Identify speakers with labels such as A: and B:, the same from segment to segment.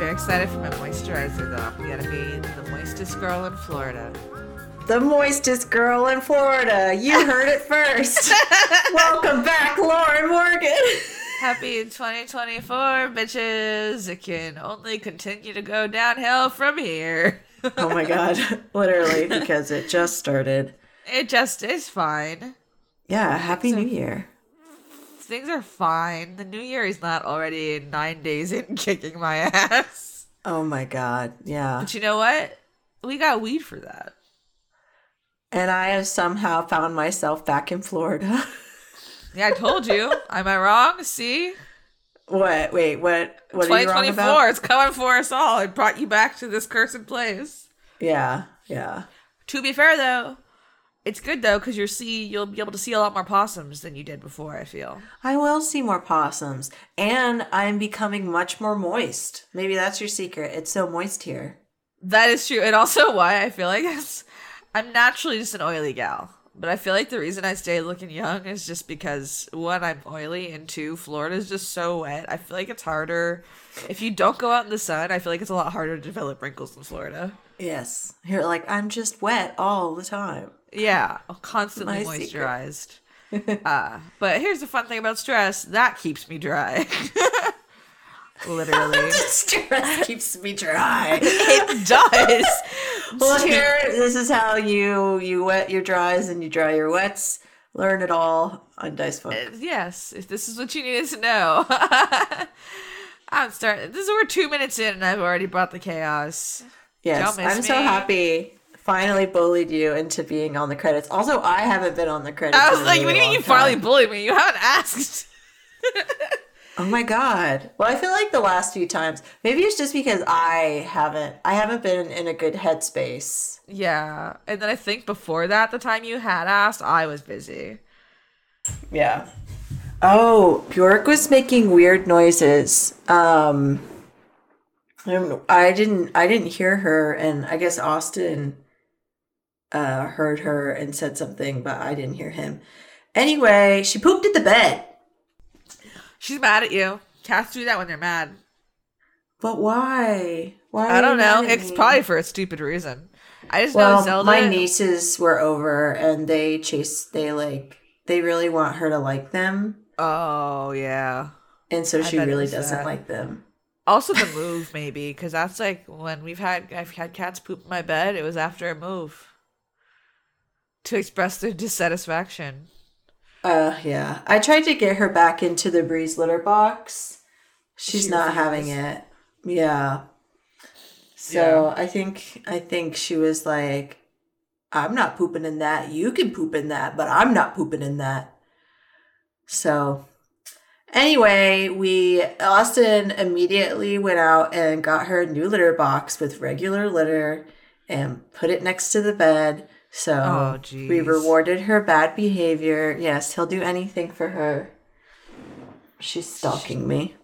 A: excited for my moisturizer though. I'm gonna be the moistest girl in Florida.
B: The moistest girl in Florida. You heard it first. Welcome back, Lauren Morgan.
A: Happy 2024, bitches. It can only continue to go downhill from here.
B: oh my god. Literally, because it just started.
A: It just is fine.
B: Yeah, Happy New Year.
A: Things are fine. The new year is not already nine days in kicking my ass.
B: Oh my god. Yeah.
A: But you know what? We got weed for that.
B: And I have somehow found myself back in Florida.
A: Yeah, I told you. Am I wrong? See?
B: what? Wait, what what are you wrong
A: 2024,
B: about?
A: it's coming for us all. It brought you back to this cursed place.
B: Yeah. Yeah.
A: To be fair though, it's good though because you'll see you'll be able to see a lot more possums than you did before. I feel.
B: I will see more possums. And I'm becoming much more moist. Maybe that's your secret. It's so moist here.
A: That is true. And also why I feel like it's, I'm naturally just an oily gal. But I feel like the reason I stay looking young is just because one, I'm oily, and two, Florida's just so wet. I feel like it's harder. If you don't go out in the sun, I feel like it's a lot harder to develop wrinkles in Florida.
B: Yes. You're like, I'm just wet all the time.
A: Yeah, constantly
B: My secret.
A: moisturized. uh, but here's the fun thing about stress that keeps me dry. Literally.
B: Stress keeps me dry.
A: it does.
B: well, here, this is how you you wet your dries and you dry your wets. Learn it all on Dice Funk.
A: Uh, yes, if this is what you needed to know. I'm starting. This is we're two minutes in, and I've already brought the chaos.
B: Yes,
A: don't miss
B: I'm so
A: me.
B: happy. Finally bullied you into being on the credits. Also, I haven't been on the credits.
A: I
B: in
A: was
B: a
A: like,
B: really
A: "What do you mean
B: long
A: you finally
B: time.
A: bullied me? You haven't asked."
B: Oh my god. Well, I feel like the last few times, maybe it's just because I haven't, I haven't been in a good headspace.
A: yeah, and then I think before that, the time you had asked, I was busy.
B: Yeah. Oh, Bjork was making weird noises. Um, I don't know. I didn't. I didn't hear her, and I guess Austin uh, heard her and said something, but I didn't hear him. Anyway, she pooped at the bed.
A: She's mad at you. Cats do that when they're mad.
B: But why? Why? are
A: I don't
B: you mad
A: know.
B: at
A: It's
B: me?
A: probably for a stupid reason. I just know
B: Well,
A: Zelda.
B: my nieces were over, and they chased. They like. They really want her to like them,
A: oh yeah.
B: and so she
A: bet it
B: really
A: was
B: doesn't
A: that.
B: like them.
A: Also the move maybe because that's like when we've had I've had cats poop in my bed. It was after a move to express their dissatisfaction.
B: Uh, yeah. I tried to get her back into the Breeze litter box. She's
A: She
B: not having
A: refused.
B: it. Yeah. So I think I think she was like, "I'm not pooping in that. You can poop in that, but I'm not pooping in that." So anyway, we Austin immediately went out and got her a new litter box with regular litter and put it next to the bed. So
A: Oh,
B: we
A: jeez.
B: rewarded her bad behavior. Yes, he'll do anything for her. She's stalking me.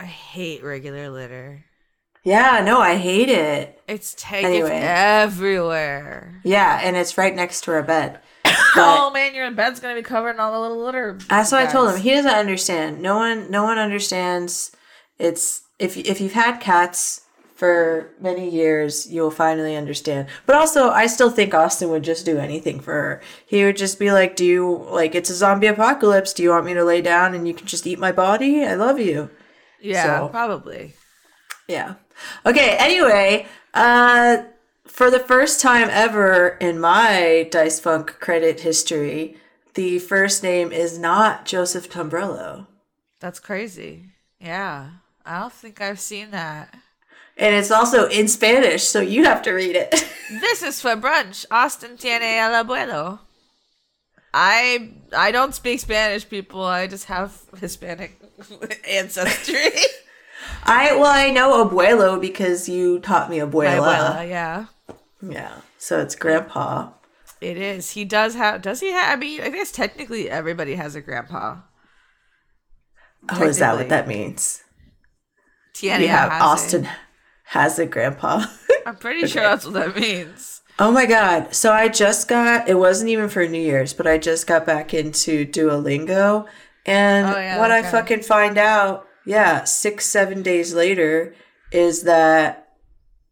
A: I hate regular litter.
B: Yeah, no, I hate it.
A: It's taken
B: Anyway.
A: everywhere.
B: Yeah, and it's right next to her bed.
A: oh man, your bed's gonna be covered in all the little litter.
B: That's what I told
A: guys.
B: him. He doesn't understand. No one, no one understands. It's if if you've had cats for many years, you'll finally understand. But also, I still think Austin would just do anything for her. He would just be like, "Do you like? It's a zombie apocalypse. Do you want me to lay down and you can just eat my body? I love you."
A: Yeah,
B: so.
A: probably.
B: Yeah. Okay, anyway, uh for the first time ever in my Dice Funk credit history, the first name is not Joseph Tombrello.
A: That's crazy. Yeah, I don't think I've seen that.
B: And it's also in Spanish, so you have to read it.
A: This is for brunch. Austin tiene el abuelo. I I don't speak Spanish, people. I just have Hispanic ancestry.
B: I well I know abuelo because you taught me
A: My
B: abuela.
A: abuela, yeah.
B: Yeah. So it's grandpa.
A: It is. He does have. Does he have? I mean, I guess technically everybody has a grandpa.
B: Oh, is that
A: Technically.
B: what that means?
A: Tiene
B: Yeah,
A: has it.
B: Austin has a grandpa.
A: I'm pretty sure that's what that means.
B: Oh my God. So I just got, it wasn't even for New Year's, but I just got back into Duolingo. And
A: Oh, yeah,
B: what I
A: okay.
B: fucking find out, yeah, six, seven days later is that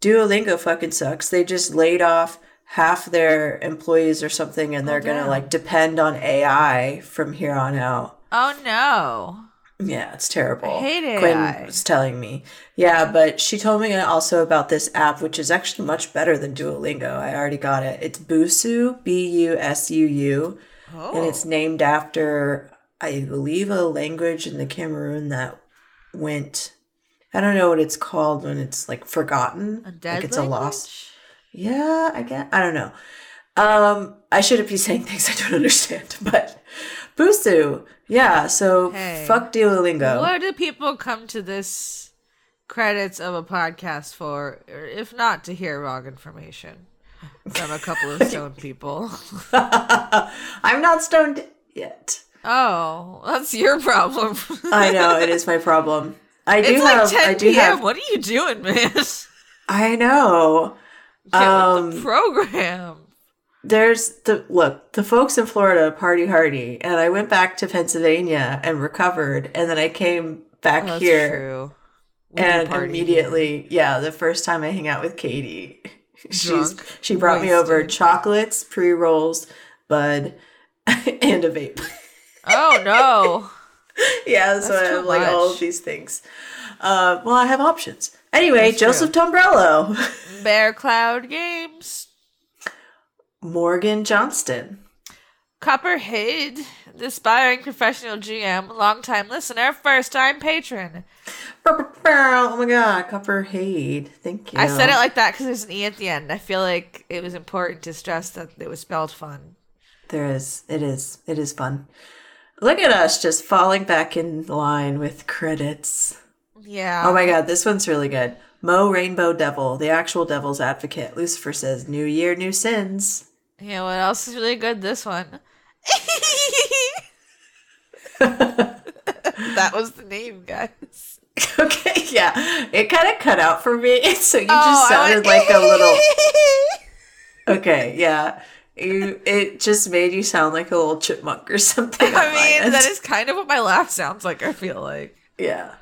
B: Duolingo fucking sucks. They just laid off half their employees or something and they're going
A: Oh, damn.
B: to like depend on AI from here on out.
A: Oh no.
B: Yeah, it's terrible.
A: I hate AI.
B: Quinn was telling me. Yeah, but she told me also about this app, which is actually much better than Duolingo. I already got it. It's Busu, B U S U U,
A: Oh.
B: and it's named after, I believe, a language in the Cameroon that went. I don't know what it's called when it's like forgotten.
A: a dead
B: like it's a
A: language?
B: lost. Yeah, I guess. I don't know. Um, I shouldn't be saying things I don't understand, but Busu. Yeah, so
A: Hey.
B: fuck Duolingo.
A: Where do people come to this credits of a podcast for, or if not to hear wrong information from a couple of stone people?
B: I'm not stoned yet.
A: Oh, that's your problem.
B: I know it is my problem. I do
A: it's
B: have.
A: like 10
B: I do
A: p.m.
B: have.
A: What are you doing, man? Get
B: I know.
A: with the
B: Um,
A: program.
B: there's the look. The folks in Florida party hardy, and I went back to Pennsylvania and recovered, and then I came back
A: Oh, that's
B: here
A: true. We can
B: and
A: party
B: immediately, yeah, the first time I hang out with Katie, she's
A: Drunk,
B: she brought me over
A: wasted.
B: chocolates, pre rolls, bud, and a vape.
A: here. Oh no.
B: yeah, so
A: That's
B: I
A: too
B: have like all
A: much.
B: of these things. Uh, well, I have options. Anyway,
A: That's
B: Joseph Tombrello,
A: Bear Cloud Games.
B: Morgan Johnston.
A: Copperhead, the aspiring professional GM, longtime listener, first time patron.
B: Oh my god, Copperhead. Thank you.
A: I said it like that because there's an E at the end. I feel like it was important to stress that it was spelled fun.
B: There is. It is. It is fun. Look at us just falling back in line with credits.
A: Yeah.
B: Oh my god, this one's really good. Mo Rainbow Devil, the actual devil's advocate. Lucifer says, New Year, New Sins.
A: Yeah, what else is really good? This one. that was the name, guys.
B: okay, yeah. It kind of cut out for me, so you
A: Oh,
B: just
A: I
B: sounded
A: went-
B: like a little. Okay, yeah. You, it just made you sound like a little chipmunk or something. on my
A: I mean,
B: end.
A: that is kind of what my laugh sounds like, I feel like.
B: Yeah.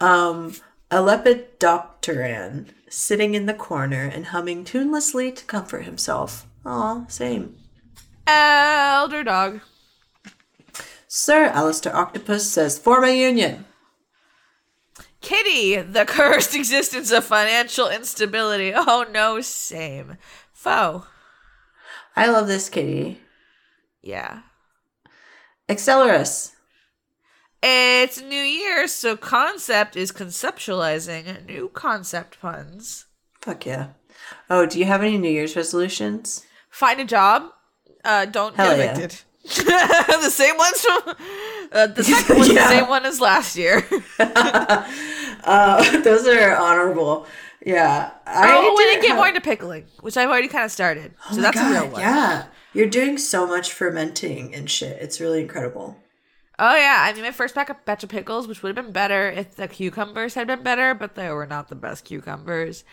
B: Um, a lepidopteran sitting in the corner and humming tunelessly to comfort himself. Aw, same.
A: Elder Dog.
B: Sir Alistair Octopus says, form a union.
A: Kitty, the cursed existence of financial instability. Oh no, same. Foe.
B: I love this kitty.
A: Yeah.
B: Accelerus.
A: It's New Year, so concept is conceptualizing new concept puns.
B: Fuck yeah. Oh, do you have any New Year's resolutions?
A: Find a job. Uh, don't
B: Hell
A: get
B: yeah.
A: evicted. the same ones from uh, the second one's
B: Yeah.
A: the same one as last year.
B: Uh, those are honorable. Yeah. I
A: oh, we didn't
B: didn't
A: get
B: have-
A: more into pickling, which I've already kind of started.
B: Oh
A: so
B: my
A: that's
B: God,
A: a real one.
B: Yeah. You're doing so much fermenting and shit. It's really incredible.
A: Oh yeah, I mean my first pack of batch of pickles, which would have been better if the cucumbers had been better, but they were not the best cucumbers.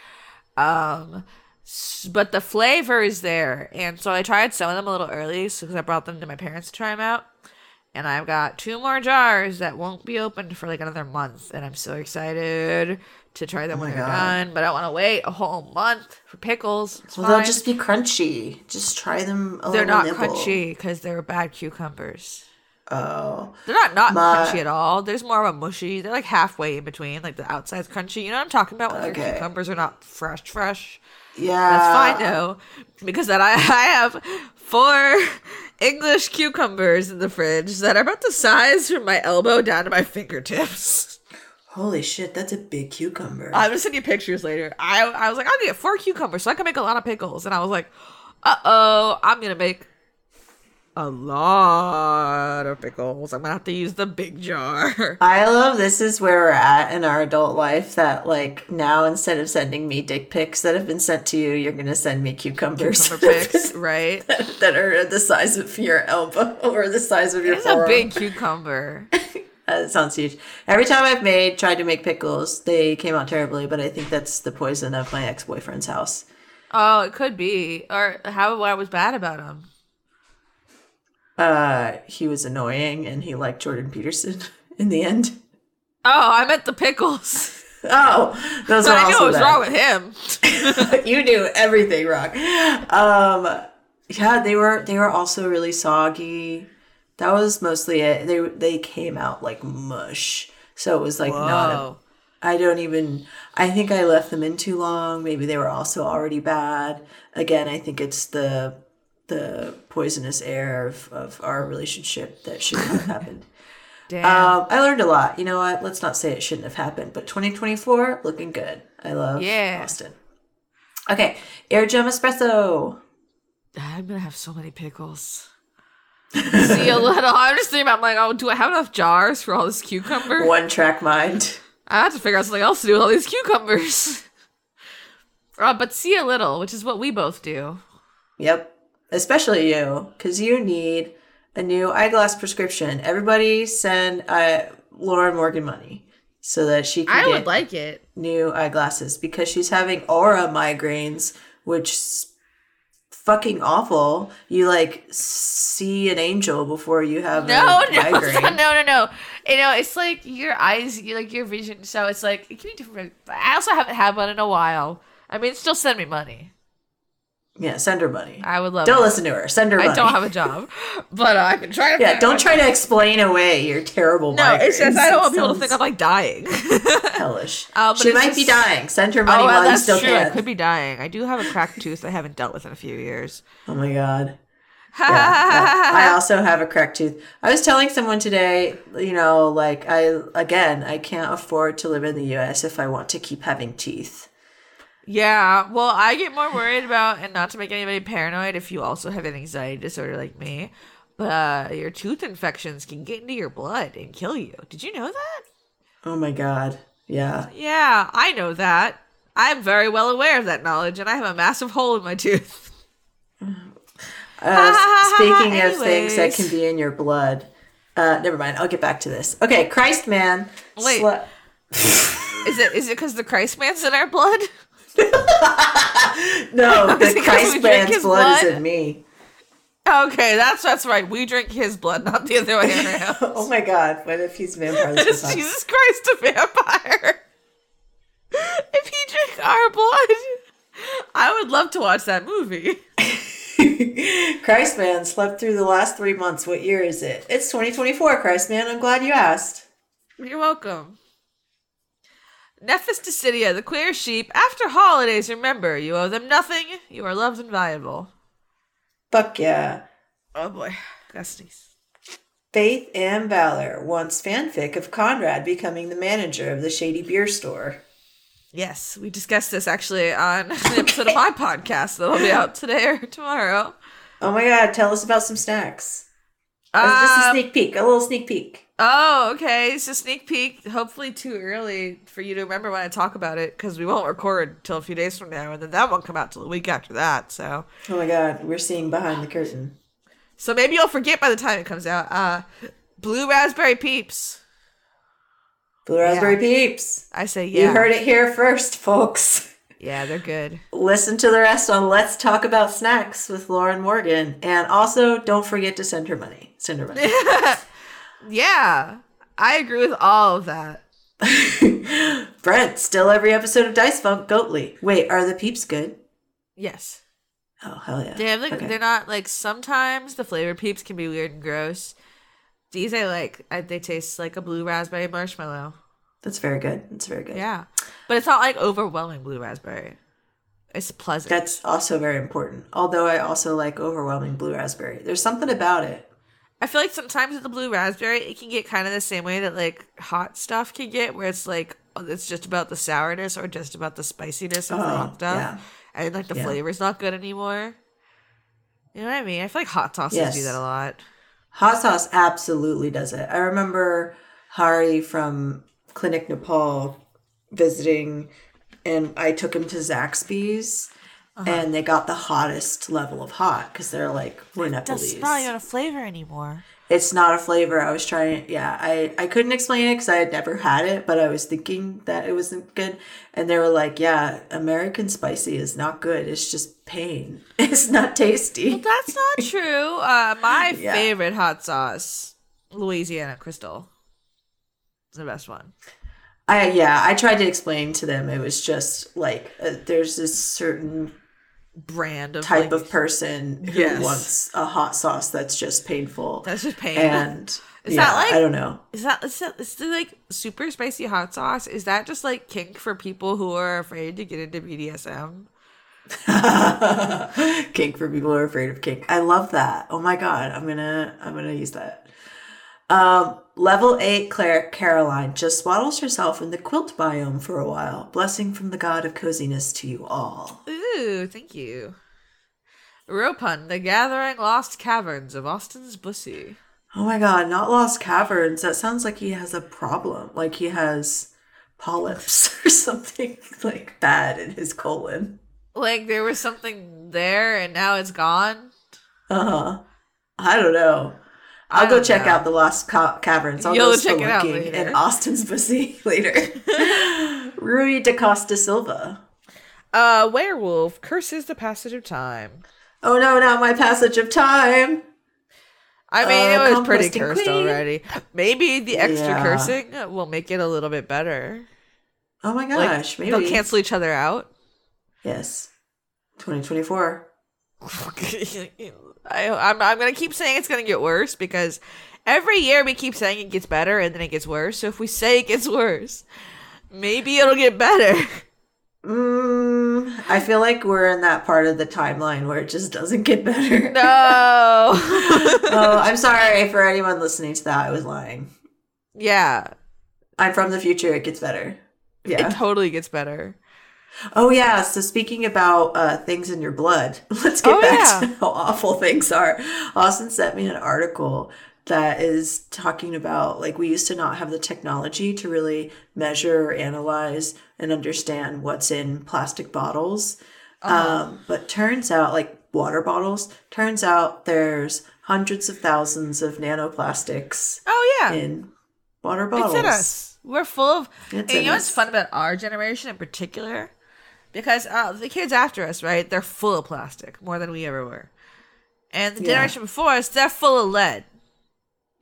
A: Um, s- but the flavor is there, and so I tried some of them a little early, so because I brought them to my parents to try them out, and I've got two more jars that won't be opened for like another month, and I'm so excited to try them when
B: Oh my
A: they're
B: God.
A: done. But I don't want to wait a whole month for pickles. It's
B: Well,
A: fine.
B: they'll just be crunchy. Just try them. A
A: they're
B: little
A: not
B: nibble.
A: crunchy because they were bad cucumbers.
B: Oh,
A: They're not not
B: My-
A: crunchy at all. There's more of a mushy. They're like halfway in between, like the outside's crunchy. You know what I'm talking about? When your
B: Okay. Uh,
A: cucumbers are not fresh, fresh.
B: yeah.
A: That's fine though, because then I, I have four English cucumbers in the fridge that are about the size from my elbow down to my fingertips.
B: Holy shit, that's a big cucumber.
A: I'm gonna send you pictures later. I I was like, I'll get four cucumbers so I can make a lot of pickles, and I was like, uh oh, I'm gonna make a lot of pickles. I'm gonna have to use the big jar.
B: I love this is where we're at in our adult life that like now instead of sending me dick pics that have been sent to you, you're gonna send me cucumbers
A: for pics, right?
B: that are the size of your elbow or um, the size of your
A: It's a
B: forearm.
A: big cucumber.
B: Uh, it sounds huge. Every time I've made tried to make pickles, they came out terribly, but I think that's the poison of my ex boyfriend's house.
A: Oh, it could be. Or how I was bad about him.
B: Uh, he was annoying and he liked Jordan Peterson in the end.
A: Oh, I meant the pickles.
B: oh, those
A: But
B: are
A: I knew
B: also
A: what was
B: bad.
A: wrong with him.
B: you knew everything wrong. Um, yeah, they were they were also really soggy. That was mostly it. They they came out like mush, so it was like not. A,
A: Whoa.
B: I don't even. I think I left them in too long. Maybe they were also already bad. Again, I think it's the the poisonous air of, of our relationship that shouldn't have happened.
A: Damn.
B: Um, I learned a lot. You know what? Let's not say it shouldn't have happened, but 2024 looking good. I love
A: Yeah.
B: Austin. Okay, air gem espresso.
A: I'm gonna have so many pickles. See a little. I'm just thinking about I'm like, oh, do I have enough jars for all this cucumber?
B: One track mind.
A: I have to figure out something else to do with all these cucumbers. uh, but see a little, which is what we both do.
B: Yep. Especially you, because you need a new eyeglass prescription. Everybody send uh, Lauren Morgan money so that she can
A: I
B: get
A: would like it.
B: new eyeglasses because she's having aura migraines, which is fucking awful. You like see an angel before you have
A: No,
B: a
A: no,
B: migraine.
A: no, no, no. You know, it's like your eyes, you like your vision. So it's like it can be different. I also haven't had one in a while. I mean, still send me money.
B: Yeah, send her money.
A: I would love.
B: Don't
A: it.
B: listen to her. Send her money.
A: I don't have a job, but uh, I can try to.
B: yeah,
A: figure
B: don't
A: out-
B: try to explain away your terrible
A: No,
B: migraines.
A: it's just I don't want
B: It
A: people to think I'm
B: sounds
A: like dying.
B: hellish.
A: Uh, but
B: she
A: it's
B: might be
A: just-
B: dying. Send her money
A: oh,
B: while
A: well,
B: you
A: that's
B: still
A: true. I
B: can.
A: could be dying. I do have a cracked tooth I haven't dealt with in a few years.
B: Oh my god. Yeah, yeah. I also have a cracked tooth. I was telling someone today, you know, like I again, I can't afford to live in the U.S. if I want to keep having teeth.
A: Yeah, well, I get more worried about, and not to make anybody paranoid if you also have an anxiety disorder like me, but uh, your tooth infections can get into your blood and kill you. Did you know that?
B: Oh my god. Yeah.
A: Yeah, I know that. I'm very well aware of that knowledge, and I have a massive hole in my tooth.
B: Uh, speaking of things that
A: Anyways.
B: can be in your blood. Uh, never mind. I'll get back to this. Okay, Christ man.
A: Wait.
B: Slut-
A: Is it is it because the Christ man's in our blood?
B: no,
A: Is it
B: the
A: 'cause we
B: Christ
A: drink
B: man's
A: his
B: blood is
A: blood?
B: in me.
A: Okay, that's that's right. We drink his blood, not the other way around.
B: Oh my god. What if he's vampires?
A: Is Jesus Christ a vampire? if he drank our blood, I would love to watch that movie.
B: Christ man slept through the last three months. What year is it? It's 2024, Christ man. I'm glad you asked.
A: You're welcome. Nephis Desidia, the queer sheep. After holidays, remember you owe them nothing. You are loved and valuable.
B: Fuck yeah.
A: Oh boy, gotta sneeze.
B: Faith and Valor wants fanfic of Conrad becoming the manager of the shady beer store.
A: Yes, we discussed this actually on an episode of my podcast that'll be out today or tomorrow.
B: Oh my god, tell us about some snacks. That's just a
A: Um,
B: sneak peek, a little sneak peek.
A: Oh, okay. It's a sneak peek. Hopefully, too early for you to remember when I talk about it because we won't record till a few days from now, and then that won't come out till the week after that. So,
B: Oh my god, we're seeing behind the curtain.
A: so maybe you'll forget by the time it comes out. Uh, blue raspberry peeps.
B: Blue Raspberry Peeps.
A: I say yeah.
B: You heard it here first, folks.
A: Yeah, they're good.
B: Listen to the rest on Let's Talk About Snacks with Lauren Morgan. And also, don't forget to send her money. Send her money.
A: Yeah, I agree with all of that.
B: Brent, still every episode of Dice Funk, Goatly. Wait, are the peeps good?
A: Yes,
B: Oh, hell yeah.
A: they have like
B: Okay.
A: they're not like sometimes the flavor peeps can be weird and gross. These I like. I, they taste like a blue raspberry marshmallow.
B: That's very good. That's very good.
A: Yeah. But it's not like overwhelming blue raspberry. It's pleasant.
B: That's also very important. Although I also like overwhelming blue raspberry. There's something about it.
A: I feel like sometimes with the blue raspberry, it can get kind of the same way that like hot stuff can get, where it's like oh, it's just about the sourness or just about the spiciness of the
B: Oh,
A: hot stuff.
B: yeah.
A: And like the
B: Yeah.
A: flavor's not good anymore. You know what I mean? I feel like hot sauces do
B: Yes.
A: that a lot.
B: Hot sauce absolutely does it. I remember Hari from Clinic Nepal visiting, and I took him to Zaxby's,
A: Uh-huh.
B: and they got the hottest level of hot because they're like, we're not
A: That's not even a flavor anymore.
B: it's not a flavor. I was trying, yeah, I, I couldn't explain it because I had never had it, but I was thinking that it wasn't good. And they were like, yeah, American spicy is not good. It's just pain. It's not tasty.
A: That's not true. Uh, my
B: Yeah.
A: favorite hot sauce, Louisiana Crystal, is the best one.
B: I yeah, I tried to explain to them. It was just like uh, there's this certain
A: Brand of
B: type
A: like,
B: of person who
A: Yes.
B: wants a hot sauce that's just painful.
A: That's just painful.
B: and
A: Is
B: yeah,
A: that like-
B: I don't know.
A: Is that is that is the like super spicy hot sauce? Is that just like kink for people who are afraid to get into BDSM?
B: kink for people who are afraid of kink. I love that. Oh my god, I'm gonna I'm gonna use that. Um, level eight cleric Caroline just swaddles herself in the quilt biome for a while. Blessing from the god of coziness to you all.
A: Ooh, thank you. Ropun, the gathering lost caverns of Austin's Bussy.
B: Oh my god, not lost caverns. That sounds like he has a problem. Like he has polyps or something like bad in his colon.
A: Like there was something there and now it's gone.
B: Uh huh. I don't know.
A: I
B: I'll go
A: don't
B: check
A: know.
B: out the Lost Ca- Caverns. I'll
A: You'll
B: go
A: check it out
B: spelunking
A: later.
B: in Austin's Pussy later. Rui da Costa Silva.
A: Uh, werewolf curses the passage of time.
B: Oh no, not my passage of time.
A: I mean,
B: Uh,
A: it was pretty
B: composting
A: cursed
B: queen.
A: already. Maybe the extra
B: Yeah.
A: cursing will make it a little bit better.
B: Oh my
A: Like
B: gosh,
A: they'll
B: maybe.
A: cancel each other out.
B: yes. 2024.
A: I, I'm, I'm gonna keep saying it's gonna get worse because every year we keep saying it gets better and then it gets worse. So if we say it gets worse, maybe it'll get better.
B: Mm, I feel like we're in that part of the timeline where it just doesn't get better.
A: No.
B: oh, I'm sorry for anyone listening to that. I was lying.
A: yeah,
B: I'm from the future. It gets better. Yeah.
A: it totally gets better.
B: Oh yeah, so speaking about uh, things in your blood, let's get
A: Oh,
B: back
A: yeah.
B: to how awful things are. Austin sent me an article that is talking about like we used to not have the technology to really measure, analyze, and understand what's in plastic bottles.
A: Uh-huh.
B: Um, but turns out, like water bottles, turns out there's hundreds of thousands of nanoplastics
A: Oh yeah,
B: in water
A: it's
B: bottles.
A: in us. We're full of.
B: It's
A: and
B: in
A: you know what's
B: us.
A: fun about our generation in particular? Because uh, the kids after us, right? They're full of plastic more than we ever were, and the
B: Yeah.
A: generation before us, they're full of lead.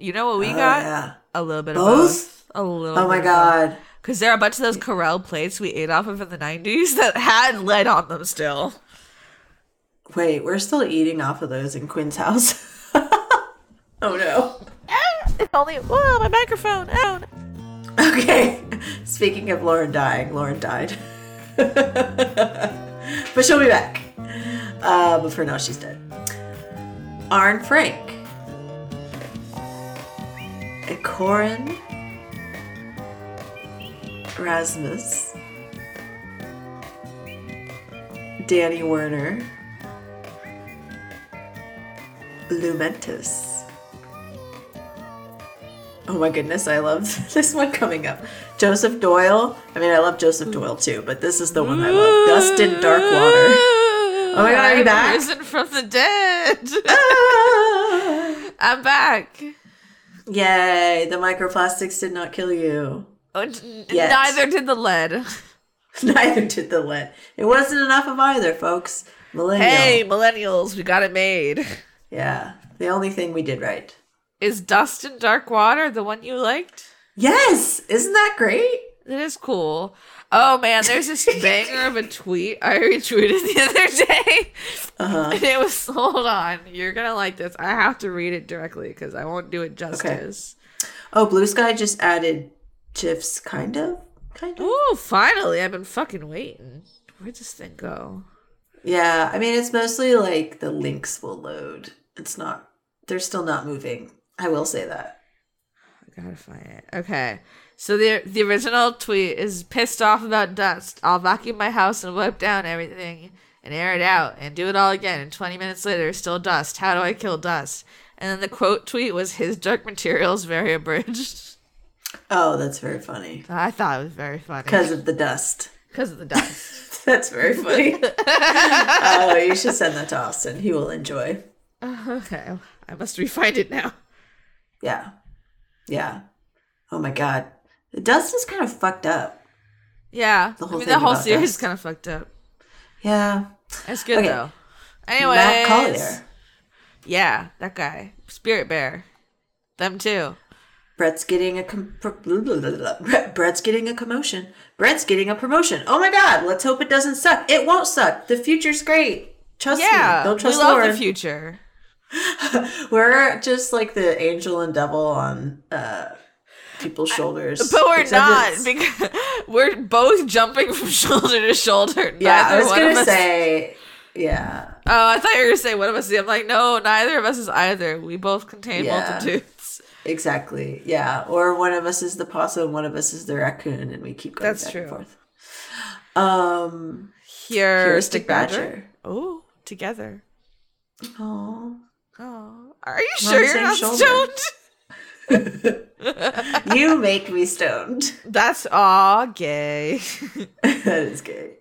A: You know what we
B: Oh,
A: got?
B: yeah.
A: A little bit of both.
B: Both?
A: A little.
B: Oh my god.
A: Because there are a bunch of those Corel plates we ate off of in the '90s that had lead on them still.
B: Wait, we're still eating off of those in Quinn's house. oh no.
A: Eh, If only. Whoa, my microphone. Oh.
B: Okay. Speaking of Lauren dying, Lauren died. but she'll be back. Uh, but for now, she's dead. Arn Frank. And Corin. Rasmus. Danny Werner. Lumentus. Oh my goodness, I love this one coming up. Joseph Doyle. I mean, I love Joseph Doyle too, but this is the one I love. Dustin Darkwater.
A: Oh
B: my God, are you back?
A: Risen from the dead. I'm back.
B: Yay, the microplastics did not kill you.
A: Oh, n-
B: Yet.
A: Neither did the lead.
B: Neither did the lead. It wasn't enough of either, folks. Millennial.
A: Hey, millennials, we got it made.
B: Yeah, the only thing we did right.
A: Is Dust in Dark Water the one you liked?
B: Yes, isn't that great?
A: That is cool. Oh man, there's this banger of a tweet I retweeted the other day.
B: Uh-huh.
A: And it was, hold on, you're gonna like this. I have to read it directly because I won't do it justice.
B: Oh, Blue Sky just added GIFs, kind of? Kind of?
A: Ooh, finally, I've been fucking waiting. Where'd this thing go?
B: Yeah, I mean, it's mostly like the links will load. It's not, they're still not moving. I will say that.
A: I gotta find it. Okay. So the the original tweet is pissed off about dust. I'll vacuum my house and wipe down everything and air it out and do it all again. And 20 minutes later, still dust. How do I kill dust? And then the quote tweet was his dark materials very abridged.
B: Oh, that's very funny.
A: I thought it was very funny
B: Because of the dust.
A: because of the dust.
B: That's very funny. oh, you should send that to Austin. He will enjoy.
A: okay, I must refind it now.
B: Yeah. Yeah. Oh my god. The dust is kind of fucked up.
A: Yeah,
B: The
A: I
B: whole
A: mean
B: thing
A: the whole
B: about
A: series is
B: dust.
A: kind of fucked up.
B: Yeah.
A: It's good
B: Okay.
A: though. Anyway,
B: Matt Collier.
A: yeah, that guy, Spirit Bear, them too.
B: Brett's getting a com- pro- blah, blah, blah, blah. Brett- Brett's getting a commotion. Brett's getting a promotion. Oh my God! Let's hope it doesn't suck. It won't suck. The future's great. Trust
A: yeah,
B: me. Don't trust
A: we love
B: Lauren.
A: the future.
B: We're just like the angel and devil on uh, people's shoulders.
A: But we're
B: Except
A: not
B: it's-
A: because we're both jumping from shoulder to shoulder.
B: Yeah,
A: Neither
B: I was
A: one of
B: gonna
A: us-
B: say. Yeah,
A: Oh, I thought you were gonna say one of us. is the- I'm like, no, neither of us is either. We both contain
B: Yeah.
A: multitudes.
B: exactly. Yeah, or one of us is the possum, one of us is the raccoon, and we keep going
A: That's
B: back and
A: true.
B: forth. Um,
A: Heuristic
B: heuristic
A: badger.
B: badger.
A: Oh, together.
B: Oh,
A: Oh, are you
B: We're on
A: sure
B: the
A: you're
B: same
A: not
B: shoulder.
A: stoned?
B: you make me stoned.
A: That's all gay.
B: that is good.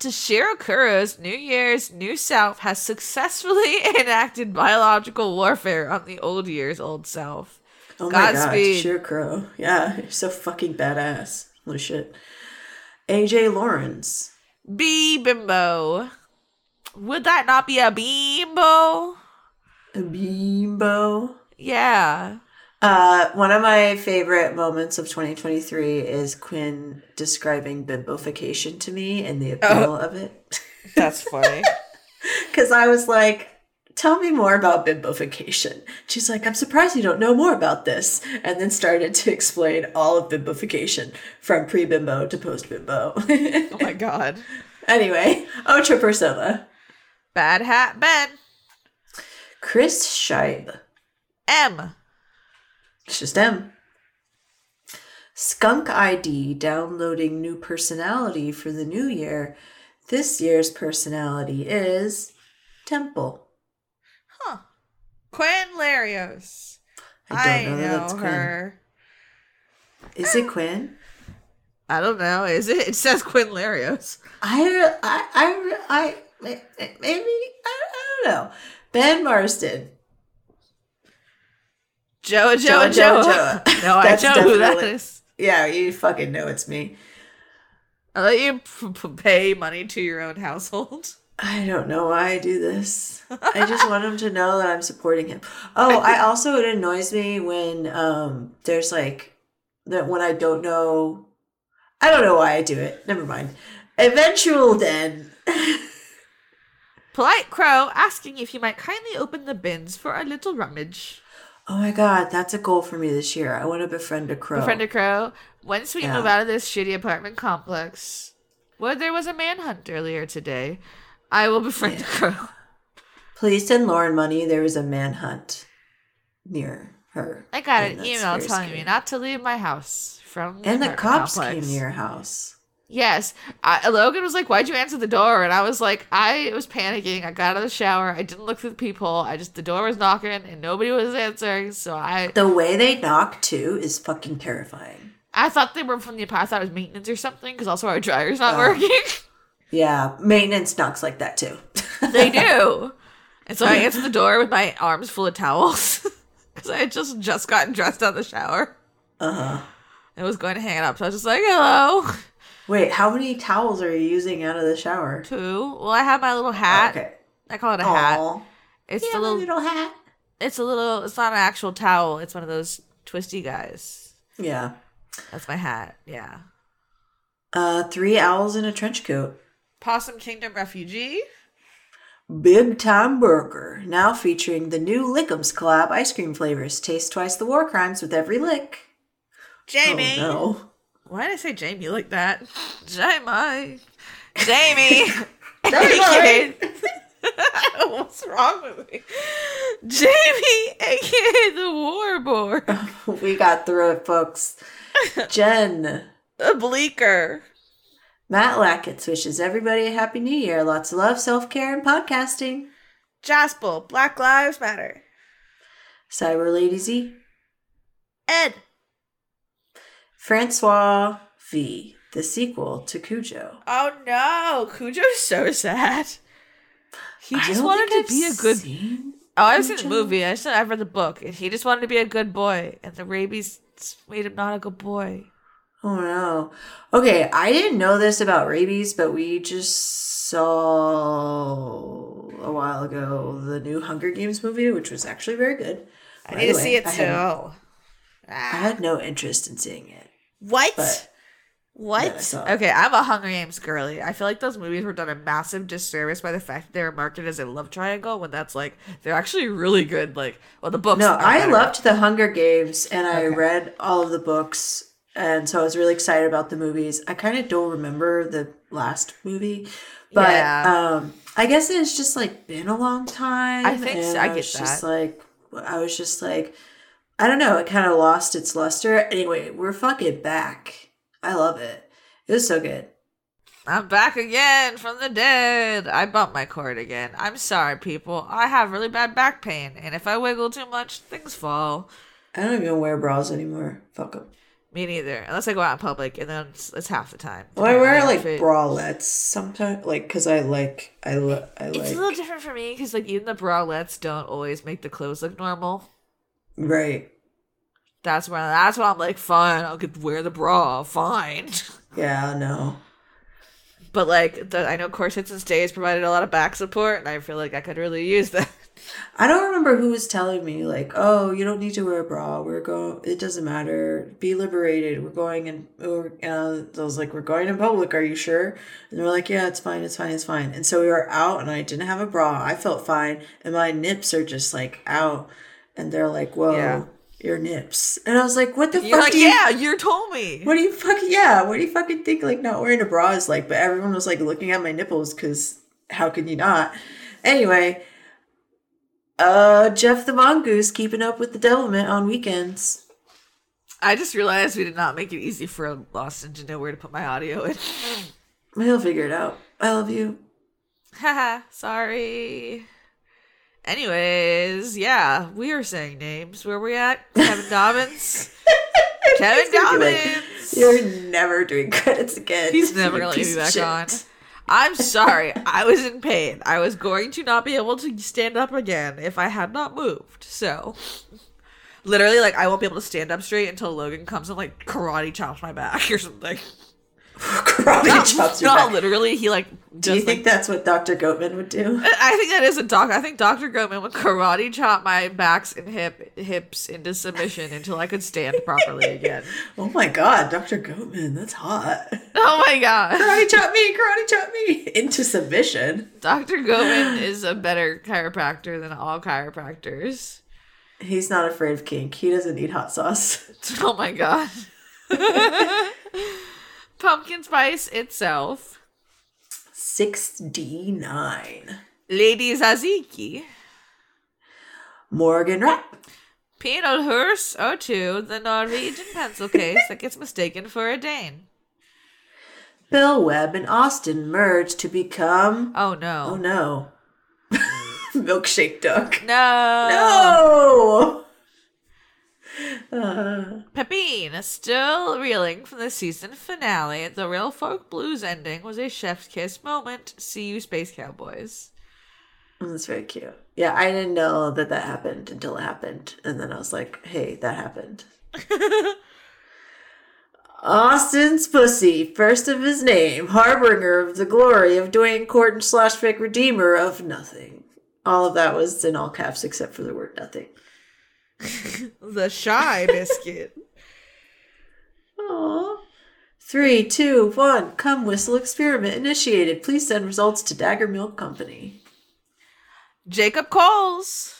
A: Toshiro Kuro's New Year's New Self has successfully enacted biological warfare on the old year's old self.
B: Oh my
A: Godspeed.
B: god, sure, Crow. Yeah, you're so fucking badass. Holy shit. AJ Lawrence.
A: Bee bimbo. Would that not be a bimbo?
B: Beambo.
A: Yeah.
B: Uh, one of my favorite moments of 2023 is Quinn describing bimbofication to me and the
A: Oh.
B: appeal of it.
A: That's funny.
B: Because I was like, tell me more about bimbofication. She's like, I'm surprised you don't know more about this. And then started to explain all of bimbofication from pre bimbo to post bimbo.
A: oh my god.
B: anyway, Otra Persona.
A: Bad hat Ben.
B: Chris Scheib.
A: M.
B: It's just M. Skunk ID downloading new personality for the new year. This year's personality is Temple.
A: Huh. Quinn Larios.
B: I
A: I,
B: don't know that
A: know,
B: that's Quinn.
A: her.
B: Is it Quinn?
A: I don't know. Is it? It says Quinn Larios.
B: I I I I may- maybe I, I don't know. Ben Marston.
A: Joa, Joa,
B: Joa,
A: Joa.
B: Joa,
A: No, I
B: That's
A: know who that
B: definitely-
A: is.
B: Yeah, you fucking know it's me.
A: I let Uh, you p- p- pay money to your own household.
B: I don't know why I do this. I just want him to know that I'm supporting him. Oh, I also it annoys me when um there's like that when I don't know I don't know why I do it. Never mind. Eventual then.
A: Polite Crow asking if you might kindly open the bins for a little rummage.
B: Oh my god, that's a goal for me this year. I want to befriend a crow.
A: Befriend a crow. Once we
B: Oh. Yeah.
A: move out of this shitty apartment complex, where there was a manhunt earlier today, I will befriend a crow.
B: Please send Lauren money. There was a manhunt near her.
A: I got
B: And
A: an
B: that's
A: email
B: very
A: telling
B: scary.
A: me not to leave my house from the
B: And the
A: apartment
B: cops
A: complex.
B: came to your house.
A: Yes, I, Logan was like, "Why'd you answer the door?" And I was like, "I was panicking. I got out of the shower. I didn't look through the peephole. I just the door was knocking and nobody was answering. So I
B: The way they knock too is fucking terrifying.
A: I thought they were from the I thought it was maintenance or something because also our dryer's not
B: Oh.
A: working.
B: Yeah, maintenance knocks like that too.
A: they do. And so I answered the door with my arms full of towels because I had just just gotten dressed out of the shower
B: Uh-huh.
A: and was going to hang it up. So I was just like, "Hello."
B: Wait, how many towels are you using out of the shower?
A: Two. Well, I have my little hat.
B: Okay.
A: I call it a hat.
B: Aw.
A: It's the
B: Yeah, my
A: little
B: little hat.
A: It's a little. It's not an actual towel. It's one of those twisty guys.
B: Yeah.
A: That's my hat. Yeah.
B: Uh, three owls in a trench coat.
A: Possum Kingdom refugee.
B: Oh, Big Time Burger, now featuring the new Lickums collab ice cream flavors. Taste twice the war crimes with every lick.
A: Jamie.
B: Oh
A: Why did I say Jamie like that? Jamie. Jamie.
B: Jamie!
A: What's wrong with me? Jamie, aka the war board.
B: no. we got through it, folks. Jen.
A: A bleaker.
B: Matt Lackett wishes everybody a happy new year. Lots of love, self care, and podcasting.
A: Jasper. Black Lives Matter.
B: Cyber E. Lady Z.
A: Ed.
B: Francois V. The sequel to Cujo.
A: Oh no, Cujo's so sad. He
B: I
A: just
B: don't
A: wanted
B: think
A: to be
B: I've
A: a good.
B: seen-
A: Oh, I've seen the
B: Cujo.
A: movie. I said I've read the book, and he just wanted to be a good boy, and the rabies made him not a good boy.
B: Oh no. Okay, I didn't know this about rabies, but we just saw a while ago the new Hunger Games movie, which was actually very good.
A: I
B: By
A: need to
B: the way,
A: see it
B: I haven't-
A: too.
B: I had no interest in seeing it.
C: What?
B: But- Then I
C: what?
B: saw it.
A: Okay, I'm a Hunger Games girly. I feel like those movies were done a massive disservice by the fact that they were marketed as a love triangle when that's like they're actually really good. Like, well, the books.
B: No,
A: are
B: I
A: better.
B: loved The Hunger Games and I
A: Okay.
B: read all of the books. And so I was really excited about the movies. I kind of don't remember the last movie, but
A: Yeah.
B: um, I guess it's just like been a long time.
A: I think so.
B: and
A: I get
B: was just
A: that.
B: like, I was just like, I don't know. It kind of lost its luster. Anyway, we're fucking back. I love it. It was so good.
A: I'm back again from the dead. I bumped my cord again. I'm sorry, people. I have really bad back pain, and if I wiggle too much, things fall.
B: I don't even wear bras anymore. Fuck them.
A: Me neither. Unless I go out in public, and then it's, it's half the time.
B: Well, I wear
A: Depending on
B: like
A: if it-
B: bralettes sometimes, like because I like I, lo- I like
A: It's a little different for me because like even the bralettes don't always make the clothes look normal.
B: right.
A: That's where that's why I'm like, fine, I'll could wear the bra, fine.
B: Yeah, no.
A: But like, the, I know corsets and stays provided a lot of back support, and I feel like I could really use that.
B: I don't remember who was telling me like, "Oh, you don't need to wear a bra. We're going. It doesn't matter. Be liberated. We're going in." Or, uh, I was like, "We're going in public. Are you sure?" And they were like, "Yeah, it's fine. It's fine. It's fine." And so we were out, and I didn't have a bra. I felt fine, and my nips are just like out, and they're like, "Whoa,
A: Yeah.
B: your nips!" And I was like, "What the
A: You're
B: fuck?
A: like,
B: do you-
A: yeah, you told me.
B: What do you fucking yeah? What do you fucking think? Like not wearing a bra is like, but everyone was like looking at my nipples because how could you not? Anyway, uh, Jeff the mongoose keeping up with the devilment on weekends.
A: I just realized we did not make it easy for Lawson to know where to put my audio in.
B: He'll figure it out. I love you.
A: Haha, sorry. Anyways, yeah, we are saying names. Where we at? Kevin Dobbins. Kevin
B: He's gonna be like,
A: Dobbins.
B: You're never doing credits again.
A: He's never
B: You
A: gonna let me
B: piece
A: be
B: of
A: back
B: shit."
A: on. I'm sorry. I was in pain. I was going to not be able to stand up again if I had not moved. So, literally, like, I won't be able to stand up straight until Logan comes and like karate chops my back or something.
B: Karate
A: Not,
B: chops your
A: not
B: back.
A: literally. He like.
B: Do you
A: just, like,
B: think that's what Dr. Goatman would do?
A: I think that is a doc. I think Doctor Goatman would karate chop my backs and hip hips into submission until I could stand properly again.
B: Oh my god, Dr. Goatman, that's hot.
A: Oh my god,
B: Karate chop me, karate chop me into submission.
A: Doctor Goatman is a better chiropractor than all chiropractors.
B: He's not afraid of kink. He doesn't need hot sauce.
A: Oh my god. Pumpkin spice itself.
B: 6D9.
A: Lady Zaziki.
B: Morgan Rapp.
A: Penal Hurs O2, oh, the Norwegian pencil case that gets mistaken for a Dane.
B: Bill Webb and Austin merge to become.
A: Oh no.
B: Oh no. Milkshake Duck.
A: No.
B: No! Uh,
A: Pepin, still reeling from the season finale, the real folk blues ending was a chef's kiss moment. See you, Space Cowboys.
B: Mm, that's very cute. Yeah, I didn't know that that happened until it happened. And then I was like, hey, that happened. Austin's pussy, first of his name, harbinger of the glory of Dwayne Corton slash Vic Redeemer of nothing. All of that was in all caps except for the word nothing.
A: the shy biscuit.
B: Aww. Three, two, one, come whistle experiment initiated. Please send results to Dagger Milk Company.
A: Jacob Coles.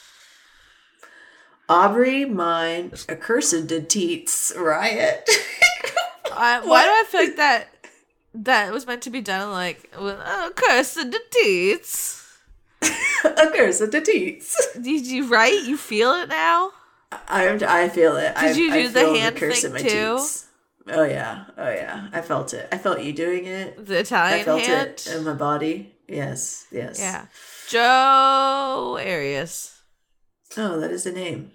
B: Aubrey, mine, accursed did teats, riot.
A: I, why do I feel like that? That was meant to be done like, with, oh, curse the teats.
B: accursed did teats.
A: Did you right? You feel it now?
B: I I feel it. Did I,
A: you
B: I
A: do the
B: feel
A: hand
B: curse
A: thing
B: in my
A: too?
B: teats. Oh yeah, oh yeah. I felt it. I felt you doing it.
A: The
B: I
A: Italian
B: felt
A: hand.
B: it in my body. Yes, yes.
A: Yeah. Joe Arias.
B: Oh, that is a name.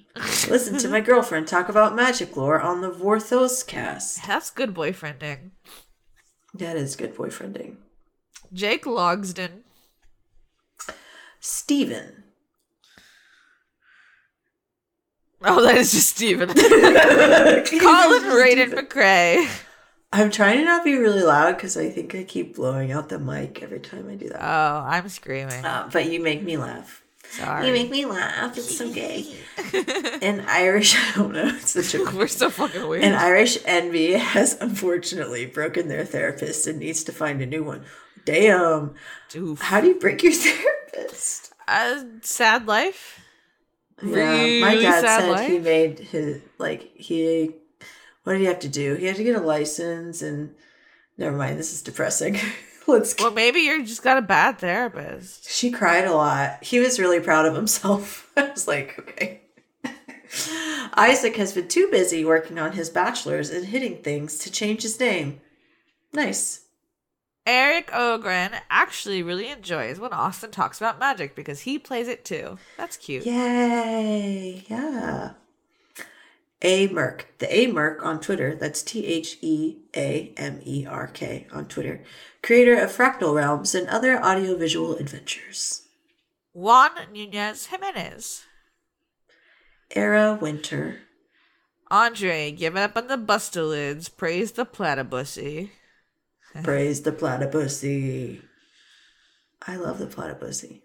B: Listen to my girlfriend talk about magic lore on the Vorthos cast.
A: That's good boyfriending.
B: That is good boyfriending.
A: Jake Logsden.
B: Steven.
A: Oh, that is just Steven. Colin
B: Colin
A: Raiden McRae.
B: I'm trying to not be really loud because I think I keep blowing out the mic every time I do
A: Oh,
B: that.
A: I'm screaming.
B: Uh, but you make me laugh.
A: Sorry.
B: You make me laugh. It's so gay. In Irish, I don't know. It's such a
A: We're so fucking weird.
B: And Irish envy has unfortunately broken their therapist and needs to find a new one. Damn.
A: Oof.
B: How do you break your therapist?
A: Uh, sad life.
B: yeah, my
A: Really
B: dad
A: sad
B: said he
A: life?
B: made his like he what did he have to do? He had to get a license and never mind, this is depressing. Let's
A: Well, maybe you're just got a bad therapist.
B: She cried a lot. He was really proud of himself. I was like, okay. Isaac has been too busy working on his bachelor's and hitting things to change his name. Nice.
A: Eric Ogren actually really enjoys when Austin talks about magic because he plays it too. That's cute.
B: Yay. Yeah. A Merck. The A Merck on Twitter, that's T H E A M E R K on Twitter, creator of Fractal Realms and other audiovisual adventures.
A: Juan Nunez Jimenez.
B: Era Winter.
A: Andre, giving up on the bustolids, praise the platybussy. Uh-huh.
B: Praise the platypusy. I love the platypusy.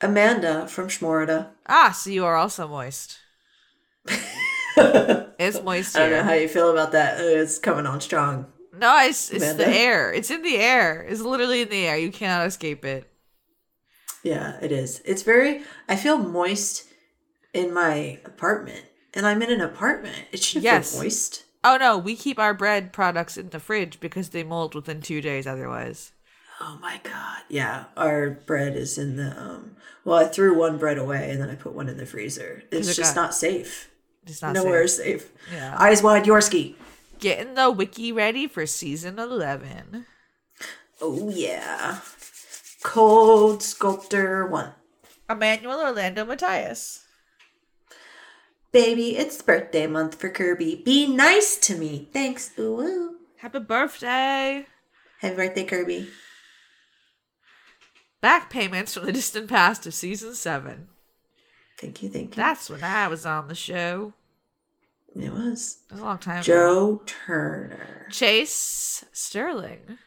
B: Amanda from Schmorida.
A: Ah, so you are also moist. it's moist
B: I don't know
A: here.
B: how you feel about that. Uh, It's coming on strong.
A: no, it's, it's the
B: Amanda.
A: air. It's in the air. It's literally in the air. You cannot escape it.
B: Yeah, it is. It's very, I feel moist in my apartment. And I'm in an apartment. It should
A: Yes.
B: feel moist.
A: Oh no, we keep our bread products in the fridge because they mold within two days otherwise.
B: Oh my God. Yeah. Our bread is in the, um, well, I threw one bread away and then I put one in the freezer. It's
A: it
B: just
A: got-
B: not safe.
A: It's not
B: Nowhere
A: safe.
B: safe.
A: Yeah.
B: Eyes wide, Yorski.
A: Getting the wiki ready for season 11.
B: Oh yeah. Cold sculptor one.
A: Emmanuel Orlando Matthias.
B: Baby, it's birthday month for Kirby. Be nice to me. Thanks. Ooh. ooh.
A: Happy birthday!
B: Happy birthday, Kirby.
A: Back payments from the distant past of season 7.
B: Thank you, thank you.
A: That's when I was on the show.
B: it was.
A: It was a long time ago.
B: Joe Turner.
A: Chase Sterling.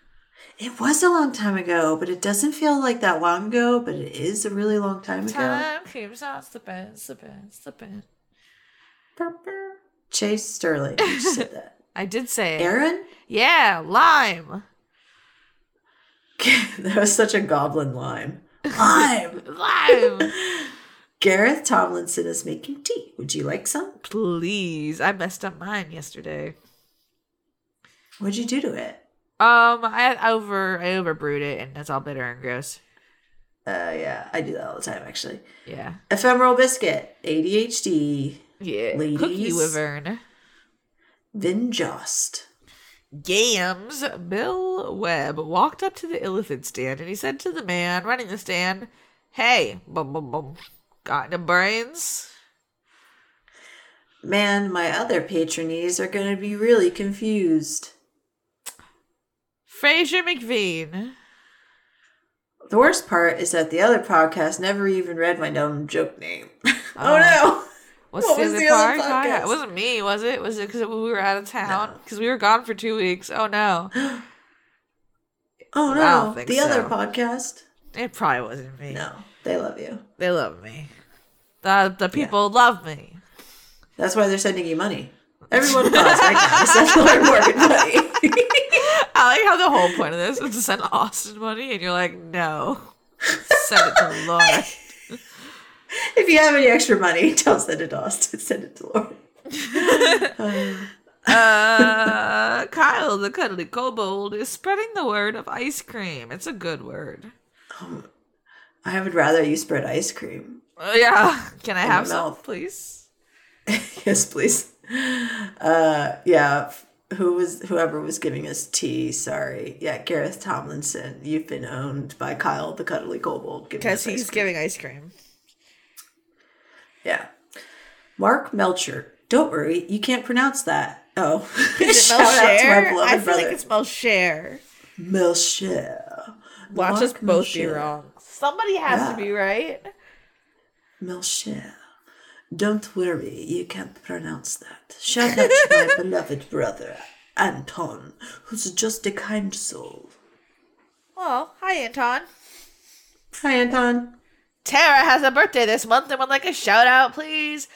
B: It was a long time ago, but it doesn't feel like that long ago, but it is a really long time ago.
A: Time keeps on slipping, slipping, slipping.
B: Chase Sterling. You just said that.
A: I did say it.
B: Aaron?
A: Yeah, lime.
B: that was such a goblin lime. Lime!
A: Lime!
B: Gareth Tomlinson is making tea. Would you like some?
A: Please. I messed up mine yesterday.
B: What'd you do to it?
A: Um, I over I overbrewed it and it's all bitter and gross.
B: Uh, yeah, I do that all the time, actually.
A: Yeah.
B: Ephemeral Biscuit, ADHD,
A: Yeah.
B: Ladies.
A: Cookie Wyvern.
B: Vinjost.
A: Gams. Bill Webb walked up to the Illithid stand and he said to the man running the stand, Hey, bum bum bum. Got any brains?
B: Man, my other patronies are going to be really confused.
A: Fraser McVean.
B: The worst part is that the other podcast never even read my dumb joke name. oh,
A: Oh.
B: no!
A: What's
B: What
A: the
B: was
A: other
B: the
A: part?
B: other podcast?
A: It wasn't me, was it? Was it because we were out of town? Because we were gone for two weeks. Oh no.
B: Oh
A: I don't
B: no!
A: think
B: The other
A: so.
B: podcast?
A: It probably wasn't me.
B: No, they love you.
A: They love me. The, the people love me.
B: That's why they're sending you money. Everyone does. I gotta send Lord Morgan money.
A: I like how the whole point of this is to send Austin money, and you're like, no, send it to Laura.
B: if you have any extra money, don't send it to Austin. Send it to Lord.
A: Uh, Kyle, the cuddly kobold, is spreading the word of ice cream. It's a good word.
B: I would rather you spread ice cream.
A: Uh, yeah, can I have
B: my
A: some,
B: mouth.
A: please?
B: yes, please. Uh, yeah. Who was whoever was giving us tea? Sorry. Yeah, Gareth Tomlinson. You've been owned by Kyle the Cuddly Kobold. giving us
A: Because
B: ice
A: he's
B: cream.
A: giving ice cream.
B: Yeah. Mark Melcher. Don't worry, you can't pronounce that. Oh,
A: Is it
B: shout out to
A: Melcher?
B: my
A: I
B: beloved
A: feel
B: brother
A: like it's Melcher.
B: Melcher.
A: Watch
B: Mark
A: us both be
B: Melcher.
A: wrong. Somebody has
B: Yeah.
A: to be right.
B: Melcher. Don't worry, you can't pronounce that. Shout out to my beloved brother Anton, who's just a kind soul.
A: Well, hi, Anton.
B: Hi, Anton.
A: Tara has a birthday this month and would like a shout out, please.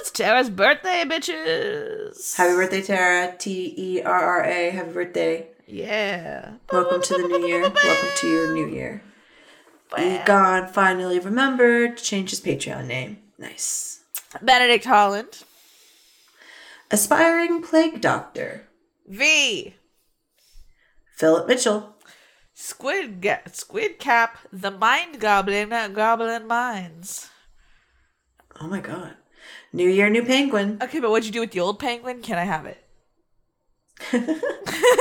A: It's Tara's birthday, bitches.
B: Happy birthday, Tara. T E R R A. Happy birthday.
A: Yeah.
B: Welcome to the new year. Welcome to your new year. Egon finally remembered to change his Patreon name. Nice.
A: Benedict Holland.
B: Aspiring plague doctor.
A: V.
B: Philip Mitchell.
A: Squid ga- Squid Cap, the Mind Goblin, at Goblin Mines.
B: Oh my god. New year, new penguin.
A: Okay, but what'd you do with the old penguin? Can I have it?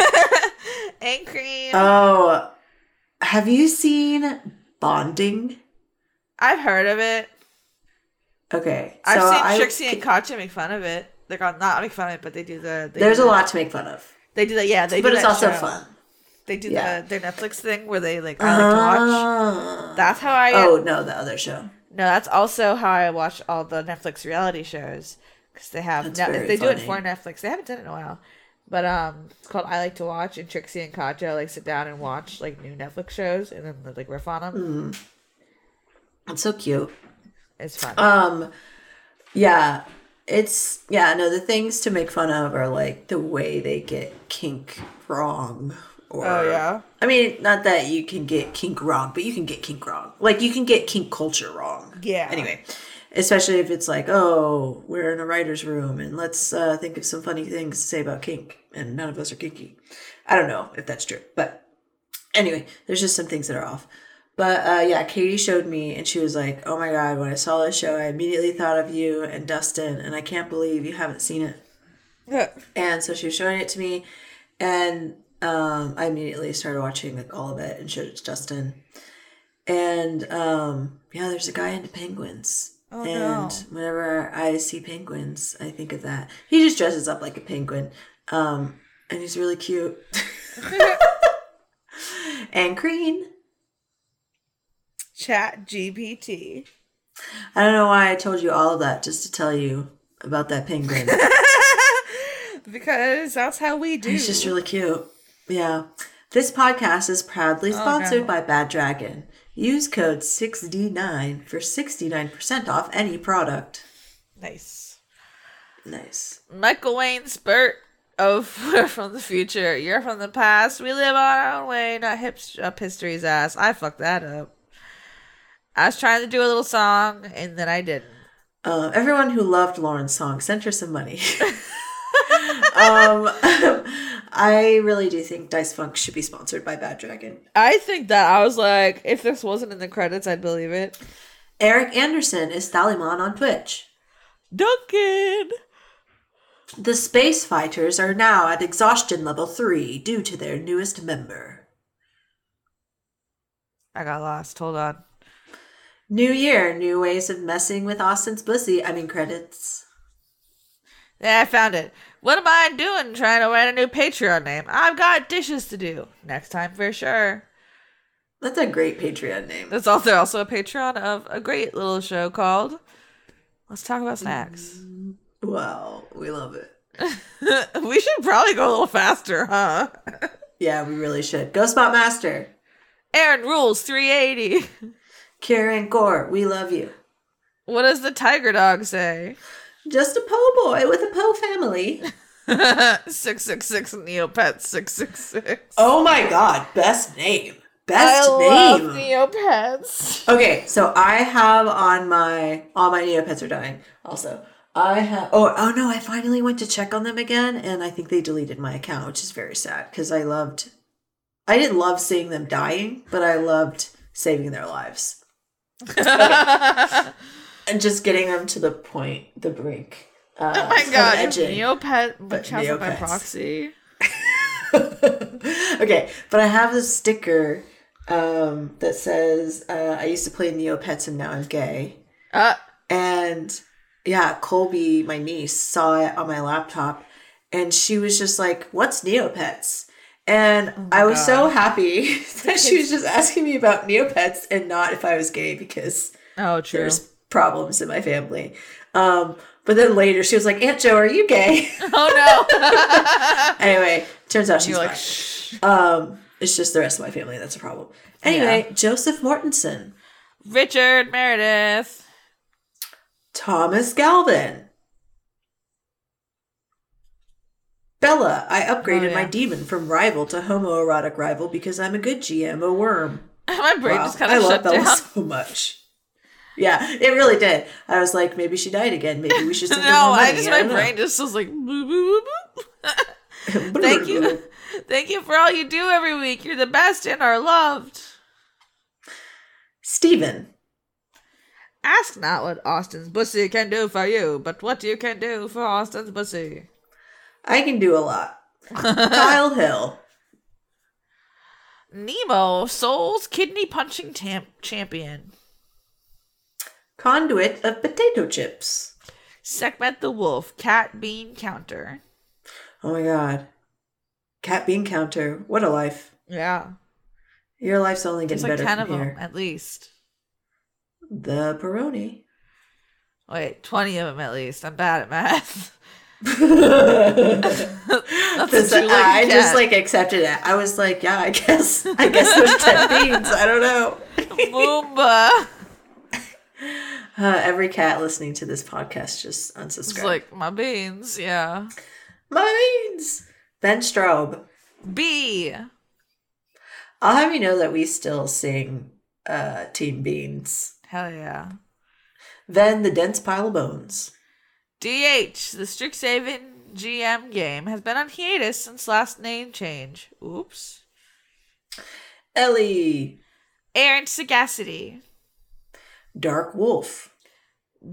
A: and cream.
B: Oh, have you seen Bonding?
A: I've heard of it.
B: Okay,
A: I've
B: so
A: seen
B: I-
A: Trixie and Katya make fun of it. They're not not make fun of it, but they do the. They
B: There's
A: do
B: a
A: the-
B: lot to make fun of,
A: They do that. Yeah, they.
B: but
A: do
B: it's
A: that
B: also
A: show.
B: fun.
A: They do
B: Yeah.
A: the, their Netflix thing where they like. I like to watch.
B: Ah.
A: That's how I. uh,
B: oh no, the other show.
A: No, that's also how I watch all the Netflix reality shows because they have
B: That's
A: now
B: very
A: they do it for
B: funny.
A: Netflix. They haven't done it in a while, but um, it's called I like to watch. And Trixie and Katja like sit down and watch like new Netflix shows and then like riff on them.
B: Mm-hmm. It's so cute.
A: It's fun.
B: Um, yeah, it's yeah. No, the things to make fun of are like the way they get kink wrong. Or,
A: Oh, yeah?
B: I mean, not that you can get kink wrong, but you can get kink wrong. Like you can get kink culture wrong.
A: Yeah.
B: Anyway, especially if it's like, oh, we're in a writer's room and let's uh, think of some funny things to say about kink, and none of us are kinky. I don't know if that's true, but anyway, there's just some things that are off. But uh, yeah, Katie showed me, and she was like, "Oh my god!" When I saw this show, I immediately thought of you and Dustin, and I can't believe you haven't seen it. And so she was showing it to me, and um, I immediately started watching like all of it and showed it to Dustin. And um, yeah, there's a guy into penguins.
A: Oh,
B: and
A: no.
B: whenever I see penguins, I think of that. He just dresses up like a penguin, um, and he's really cute and green.
A: Chat GPT.
B: I don't know why I told you all of that just to tell you about that penguin.
A: because that's how we do.
B: He's just really cute. Yeah. This podcast is proudly sponsored
A: no.
B: by Bad Dragon. Use code 6D9 for 69% off any product.
A: nice.
B: Nice.
A: Michael Wayne Spurt of We're from the Future. You're from the past. We live on our own way, not hips- up history's ass. I fucked that up. I was trying to do a little song and then I didn't.
B: Uh, everyone who loved Lauren's song sent her some money. um, I really do think Dice Funk should be sponsored by Bad Dragon.
A: I think that I was like, if this wasn't in the credits, I'd believe it.
B: Eric Anderson is Thalimon on Twitch.
A: Duncan!
B: The space fighters are now at exhaustion level 3 due to their newest member.
A: I got lost. Hold on.
B: New year, new ways of messing with Austin's pussy. I mean credits.
A: Yeah, I found it. What am I doing trying to write a new Patreon name? I've got dishes to do. Next time for sure.
B: That's a great Patreon name.
A: There's also also a Patreon of a great little show called Let's Talk About Snacks.
B: Wow, we love it.
A: we should probably go a little faster, huh?
B: Yeah, we really should. Go Spot Master,
A: Aaron rules 380.
B: Kieran Gore, we love you.
A: What does the tiger dog say?
B: Just a po' boy with a po' family.
A: 666 Neopets 666.
B: oh my god, best name. Best
A: I
B: name.
A: love Neopets.
B: Okay, so I have on my all my Neopets are dying. Also, I have oh oh no, I finally went to check on them again, and I think they deleted my account, which is very sad because I loved, I didn't love seeing them dying, but I loved saving their lives and just getting them to the point, the brink. Uh,
A: oh my
B: of
A: god, if
B: edging.
A: Neopet which has it by
B: Neopets.
A: proxy.
B: okay, but I have this sticker um, that says uh, I used to play Neopets and now I'm gay.
A: Uh
B: And yeah, Colby, my niece, saw it on my laptop and she was just like, What's Neopets? And
A: Oh
B: I was so happy that she was just asking me about Neopets and not if I was gay because
A: oh true.
B: there's problems in my family. Um, but then later she was like, Aunt Joe, are you gay?
A: Oh no.
B: anyway, turns out she's
A: You're like
B: fine.
A: Shh.
B: Um, it's just the rest of my family that's a problem. Anyway, Joseph Mortensen,
A: Richard Meredith.
B: Thomas Galvin. Bella, I upgraded
A: Oh, yeah.
B: my demon from rival to homoerotic rival because I'm a good GMO worm.
A: My brain
B: Wow,
A: just kind of
B: I love
A: shut
B: Bella
A: down.
B: so much. Yeah, it really did. I was like, maybe she died again. Maybe we should send her
A: No,
B: more
A: I
B: money.
A: just
B: I
A: my
B: don't know.
A: brain just was like boop, boop, boop, boop. Thank you. Thank you for all you do every week. You're the best and are loved.
B: Steven.
A: Ask not what Austin's pussy can do for you, but what you can do for Austin's pussy.
B: I can do a lot. Kyle Hill.
A: Nemo, Soul's kidney punching tam- champion.
B: Conduit of potato chips.
A: Sekhmet the wolf, cat bean counter.
B: Oh my god. Cat bean counter. What a life.
A: Yeah,
B: Your life's only
A: there's
B: getting
A: like
B: better
A: ten of
B: from
A: them
B: here.
A: at least.
B: The Peroni.
A: Wait, twenty of them at least. I'm bad at math. That's
B: This-
A: a two-legged
B: I just
A: cat.
B: like accepted it. I was like, yeah, I guess I guess there's ten beans. I don't know.
A: Moomba.
B: Uh, every cat listening to this podcast just unsubscribed.
A: It's like my beans. Yeah.
B: My beans. Ben Straub.
A: B.
B: I'll have you know that we still sing uh, Team Beans.
A: Hell yeah.
B: Then the dense pile of bones.
A: DH, the Strixhaven GM game, has been on hiatus since last name change. Oops.
B: Ellie.
A: Aaron Sagacity.
B: Dark Wolf.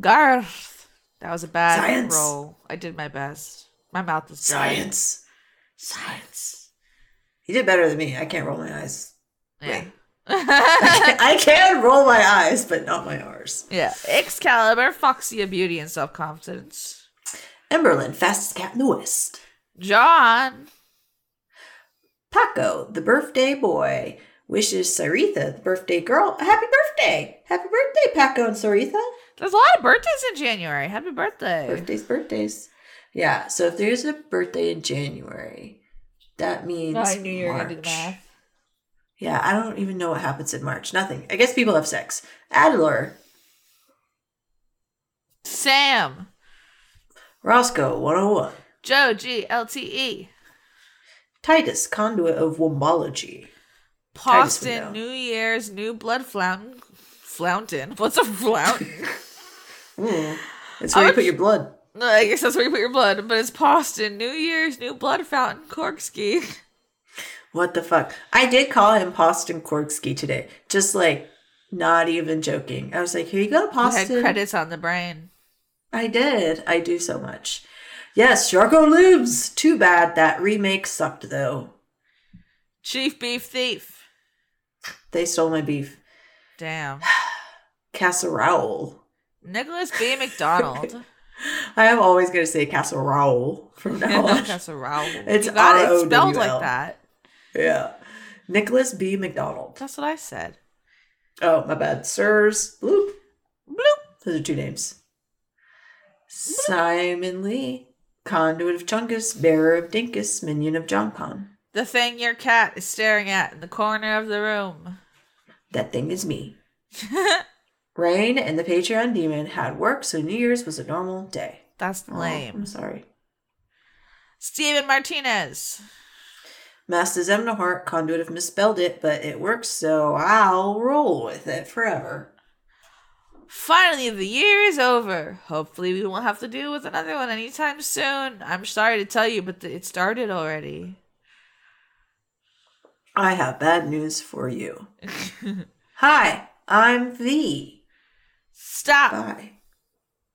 A: Garth. That was a bad
B: Science.
A: roll. I did my best. My mouth is dry.
B: Science.
A: Science.
B: He did better than me. I can't roll my eyes.
A: Yeah.
B: I can roll my eyes, but not my R's.
A: yeah. Excalibur, Foxy, Beauty, and Self Confidence.
B: Emberlyn, fastest cat in the West.
A: John.
B: Paco, the birthday boy, wishes Saritha, the birthday girl, a happy birthday. Happy birthday, Paco and Saritha.
A: There's a lot of birthdays in January. Happy birthday.
B: Birthdays, birthdays. Yeah, so if there's a birthday in January, that means March. Yeah, I don't even know what happens in March. Nothing. I guess people have sex. Adler,
A: Sam.
B: Roscoe 101,
A: Joe G L T E.
B: Titus, conduit of wombology. Titus would know.
A: Boston New Year's New Blood Flountain. Flountain? What's a flountain?
B: Mm. It's where you
A: I'm-
B: put your blood.
A: no, I guess that's where you put your blood, but it's Boston New Year's New Blood Fountain Corkscrew.
B: What the fuck? I did call him Poston Korgsky today. Just like not even joking. I was like, here you go,
A: I had
B: Poston.
A: credits on the brain.
B: I did. I do so much. Yes, Yargo lives. Too bad that remake sucked though.
A: Chief Beef Thief.
B: They stole my beef.
A: Damn.
B: Casserole.
A: Nicholas B. McDonald.
B: I am always gonna say casserole from now on.
A: That's a row.
B: It's
A: you got it spelled
B: R O W L.
A: like that.
B: yeah. Nicholas B. McDonald.
A: That's what I said.
B: Oh, my bad. Sirs. Bloop.
A: Bloop.
B: Those are two names. Simon Lee. Conduit of Chungus, bearer of Dinkus, minion of Jonkon.
A: The thing your cat is staring at in the corner of the room.
B: That thing is me. Rain and the Patreon demon had work, so New Year's was a normal day.
A: That's
B: Oh,
A: lame.
B: I'm sorry.
A: Steven Martinez. Master
B: Master Zemnahart conduit have misspelled it, but it works, so I'll roll with it forever.
A: Finally, the year is over. Hopefully, we won't have to deal with another one anytime soon. I'm sorry to tell you, but th- it started already.
B: I have bad news for you. Hi, I'm V.
A: Stop.
B: Bye.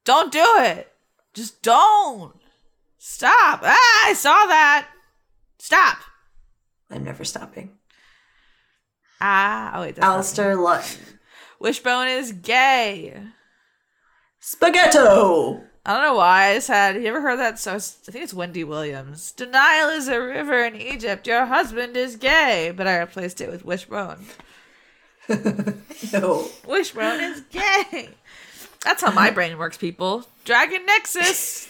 A: Don't do it. Just don't. Stop. Ah, I saw that. Stop.
B: I'm never stopping.
A: Ah, oh, wait. That's not me.
B: Alistair Lutton.
A: Wishbone is gay.
B: Spaghetto!
A: I don't know why I just had. You ever heard that? So I think it's Wendy Williams. Denial is a river in Egypt. Your husband is gay. But I replaced it with Wishbone.
B: No.
A: Wishbone is gay. That's how my brain works, people. Dragon Nexus.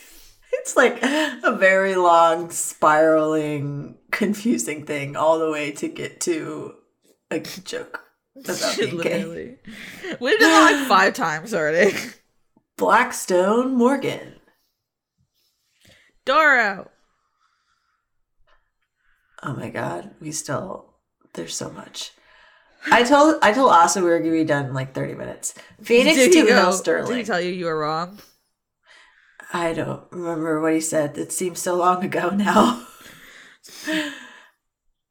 B: It's like a very long, spiraling, confusing thing all the way to get to a joke. about being gay.
A: Literally. We've done that like five times already.
B: Blackstone Morgan.
A: Doro.
B: Oh my god, we still there's so much. I told I told Asa we were gonna be done in like 30 minutes. Phoenix
A: Did he
B: to Mel
A: go- Did he
B: Sterling.
A: tell you you were wrong?
B: I don't remember what he said. It seems so long ago now.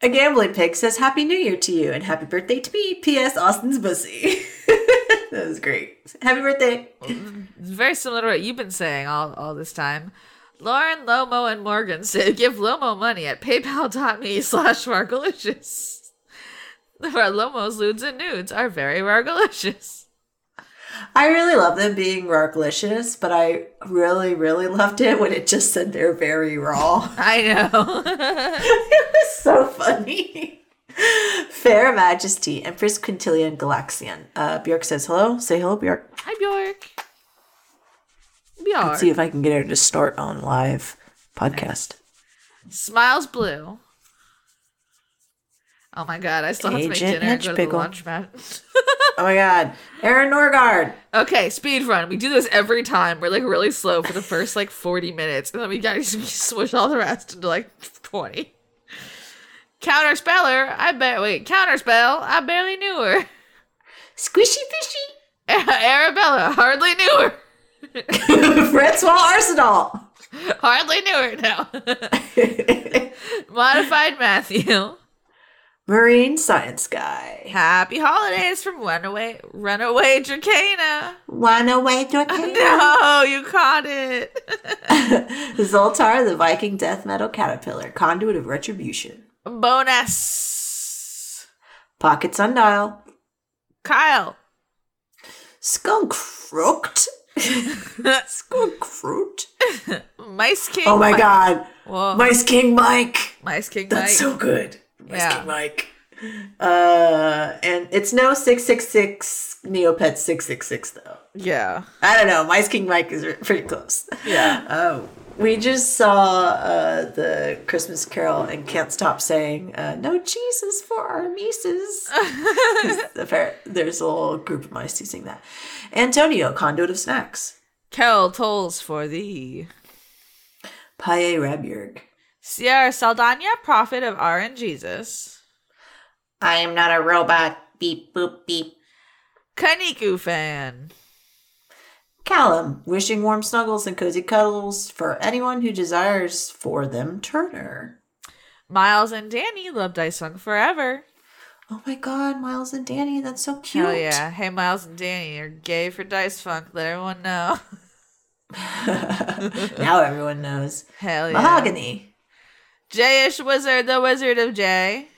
B: A gambling pig says Happy New Year to you and happy birthday to me. P.S. Austin's pussy. that was great. Happy birthday.
A: It's very similar to what you've been saying all, all this time. Lauren, Lomo, and Morgan say give Lomo money at paypal.me slash Margalicious. Where Lomo's lewds and nudes are very Margalicious.
B: I really love them being rarklicious, but I really, really loved it when it just said they're very raw.
A: I know.
B: it was so funny. Fair Majesty, Empress Quintilian Galaxian. Uh, Bjork says hello. Say hello, Bjork.
A: Hi, Bjork. Bjork.
B: See if I can get her to start on live podcast.
A: Smiles blue. Oh my god, I still have to make
B: Agent
A: dinner and go to the
B: Hedgepickle.
A: laundromat.
B: Oh my god. Aaron Norgard.
A: okay, speed run. We do this every time. We're like really slow for the first like 40 minutes, and then we gotta we swish all the rest into like 20. Counter speller, I bet. Wait, counter spell, I barely knew her.
B: Squishy Fishy.
A: Arabella, hardly knew her.
B: Francois Arsenal.
A: Hardly knew her now. Modified Matthew.
B: Marine Science Guy.
A: Happy holidays from Runaway Runaway Dracana.
B: One away to
A: No, you caught it.
B: Zoltar, the Viking death metal caterpillar, conduit of retribution.
A: Bonus.
B: Pocket Sundial.
A: Kyle.
B: Skunk Crooked. Skunk Crooked.
A: Mice King.
B: Oh my
A: Mike.
B: god.
A: Whoa.
B: Mice King Mike.
A: Mice King
B: That's
A: Mike.
B: so good. Mice
A: Yeah.
B: King Mike. Uh, and it's no 666 Neopets 666 though.
A: yeah.
B: I don't know. Mice King Mike is r- pretty close.
A: Yeah.
B: Oh, we just saw uh, the Christmas Carol and can't stop saying uh, "No Jesus for our nieces." 'Cause appar- There's a little group of mice using that. Antonio, conduit of snacks.
A: Kel tolls for thee.
B: Paye Raburg.
A: Sierra Saldana, prophet of R and Jesus.
B: I am not a robot. Beep boop beep.
A: Kaniku fan.
B: Callum, wishing warm snuggles and cozy cuddles for anyone who desires for them. Turner.
A: Miles and Danny, loved I sung forever.
B: Oh my God, Miles and Danny, that's so cute.
A: Hell yeah. Hey, Miles and Danny, you're gay for Dice Funk. Let everyone know.
B: now everyone knows.
A: Hell Oh, yeah.
B: Mahogany.
A: Jayish Wizard, the Wizard of Jay.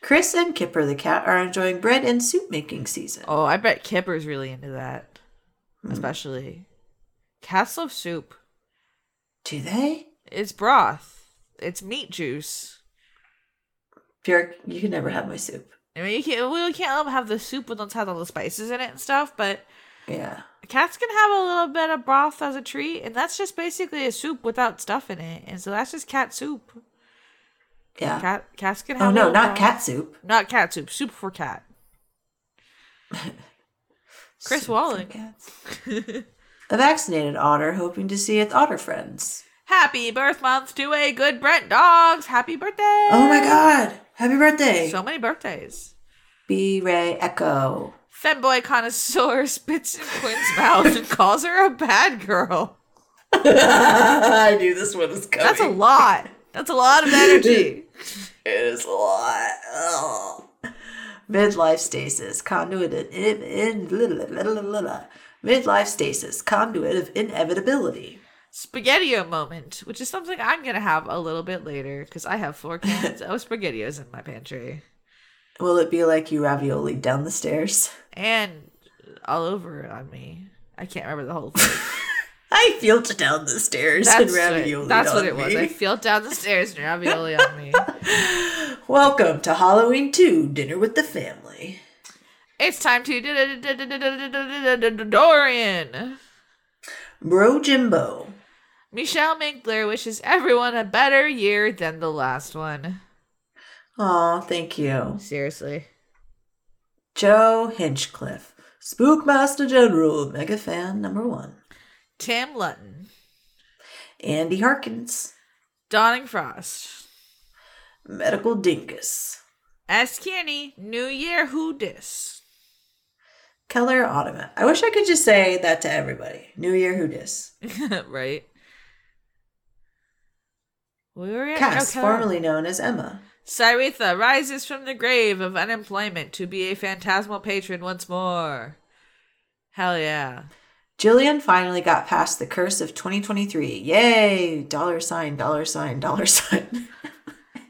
B: Chris and Kipper the cat are enjoying bread and soup making season.
A: Oh, I bet Kipper's really into that.
B: Hmm.
A: Especially. Cats love soup.
B: Do they?
A: It's broth. It's meat juice.
B: Bjork, you can never have my soup.
A: I mean, you can't, we can't let them have the soup with have all the spices in it and stuff, but
B: Yeah.
A: cats can have a little bit of broth as a treat, and that's just basically a soup without stuff in it. And so that's just cat soup.
B: Yeah.
A: Cat Cats can have
B: oh
A: a
B: no,
A: little
B: not
A: broth.
B: cat soup.
A: Not cat soup. Soup for cat. Chris
B: Soup for
A: Wallach.
B: cats. a vaccinated otter hoping to see its otter friends.
A: Happy birth month to a good Brent dogs. Happy birthday.
B: Oh my god. Happy birthday.
A: So many birthdays.
B: B Ray Echo.
A: Femboy connoisseur spits in Quinn's mouth and calls her a bad girl.
B: I knew this one was coming.
A: That's a lot. That's a lot of energy.
B: It is a lot. Ugh. Midlife stasis, conduit of in, in, la, la, la, la, la, la. midlife stasis, conduit of inevitability.
A: Spaghettio moment, which is something I'm gonna have a little bit later because I have four cans of spaghettios in my pantry
B: Will it be like you ravioli down the stairs?
A: and all over on me. I can't remember the whole thing.
B: I felt down the stairs
A: That's,
B: and
A: what,
B: ravioli.
A: that's
B: on
A: what it was.
B: me.
A: I felt down the stairs and ravioli on me.
B: Welcome to Halloween 2 Dinner with the Family.
A: It's time to Dorian.
B: Bro Jimbo.
A: Michelle Minkler wishes everyone a better year than the last one.
B: Aw, thank you.
A: Seriously.
B: Joe Hinchcliffe, Spookmaster General, mega fan number one.
A: Tim Lutton,
B: Andy Harkins,
A: Dawning Frost,
B: Medical Dinkus,
A: S. Kenny, New Year Who Dis,
B: Keller Automat. I wish I could just say that to everybody. New Year Who Dis.
A: right? We were at
B: Cass,
A: okay.
B: formerly known as Emma.
A: Cyretha rises from the grave of unemployment to be a phantasmal patron once more. Hell yeah.
B: Jillian finally got past the curse of 2023. Yay! Dollar sign, dollar sign, dollar sign.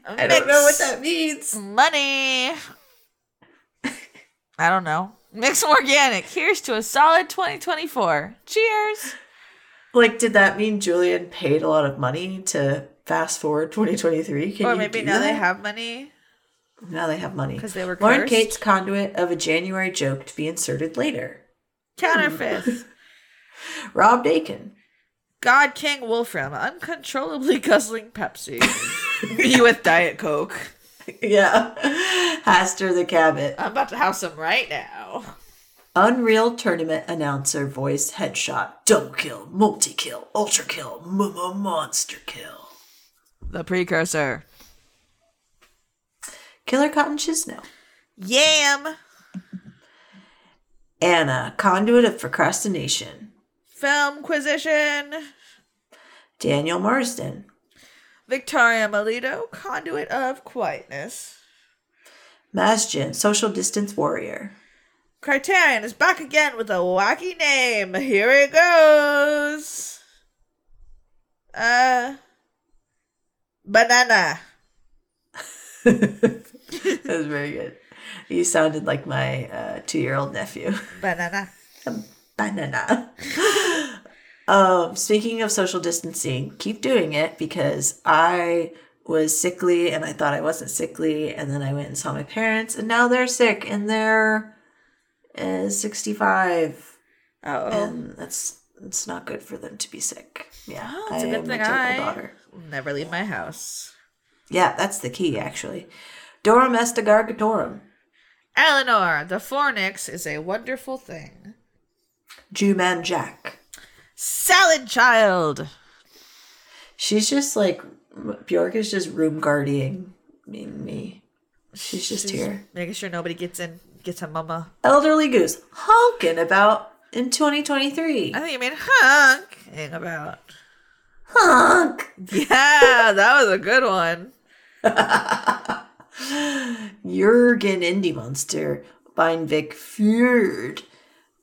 B: I don't know what that means.
A: money. I don't know. Mix and organic. Here's to a solid 2024. Cheers.
B: Like, did that mean Julian paid a lot of money to fast forward 2023? Can
A: or
B: you
A: maybe
B: do
A: now they
B: that?
A: have money
B: now they have money.
A: because they were
B: Lauren
A: cursed.
B: Kate's conduit of a January joke to be inserted later.
A: Counterfeit.
B: Rob Dakin.
A: God King Wolfram uncontrollably guzzling Pepsi. Me with Diet Coke.
B: yeah. Haster the Cabot.
A: I'm about to have some right now.
B: Unreal tournament announcer voice headshot. Double kill, multi kill, ultra kill, m- monster kill.
A: The precursor.
B: Killer Cotton Chisno.
A: Yam.
B: Anna, conduit of procrastination.
A: Filmquisition.
B: Daniel Marsden.
A: Victoria Melito, conduit of quietness.
B: Masjin, social distance warrior.
A: Criterion is back again with a wacky name. Here it goes. Uh, banana.
B: that was very good. You sounded like my uh, two year old nephew.
A: Banana.
B: Banana. um, speaking of social distancing, keep doing it because I was sickly and I thought I wasn't sickly. And then I went and saw my parents, and now they're sick and they're uh, 65.
A: Oh,
B: and that's it's not good for them to be sick. Yeah,
A: Oh, it's a
B: I
A: good
B: am
A: thing
B: maternal
A: I- never leave my house.
B: Yeah, that's the key actually. Dorum est agargatorum.
A: Eleanor, the fornix is a wonderful thing.
B: Jew man Jack.
A: Salad child.
B: She's just like Bjork is just room guarding me. me. She's just here.
A: Making sure nobody gets in, gets a mama.
B: Elderly goose honking about in 2023.
A: I think you mean hunk. Hang about.
B: Honk.
A: Yeah, that was a good one.
B: Jurgen Indie Monster, Beinvik Fjord,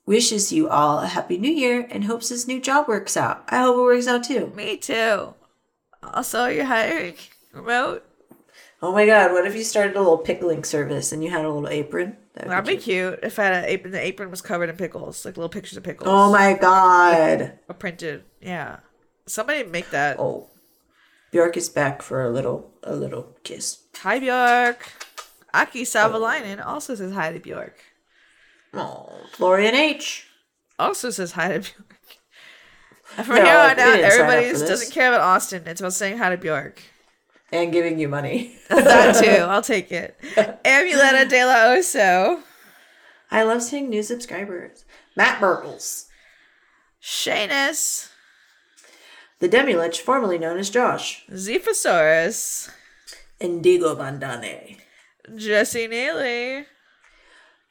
B: wishes you all a happy new year and hopes his new job works out. I hope it works out too.
A: Me too. Also, you're hiring remote.
B: Oh my god, what if you started a little pickling service and you had a little apron? That'd
A: That'd be cute if I had an apron. The apron was covered in pickles, like little pictures of pickles.
B: Oh my god.
A: Or printed. Yeah. Somebody make that.
B: Oh. Bjork is back for a little a little kiss.
A: Hi Bjork. Aki Savalainen also says hi to Bjork.
B: Oh, Florian H.
A: Also says hi to Bjork. And From
B: No,
A: here on
B: we
A: out,
B: didn't sign up
A: everybody
B: for
A: just
B: this.
A: doesn't care about Austin. It's about saying hi to Bjork.
B: And giving you money.
A: That too. I'll take it. Amuleta de la Oso.
B: I love seeing new subscribers. Matt Burgles.
A: Shanus.
B: The Demilich, formerly known as Josh.
A: Zephosaurus.
B: Indigo Bandane.
A: Jesse Neely.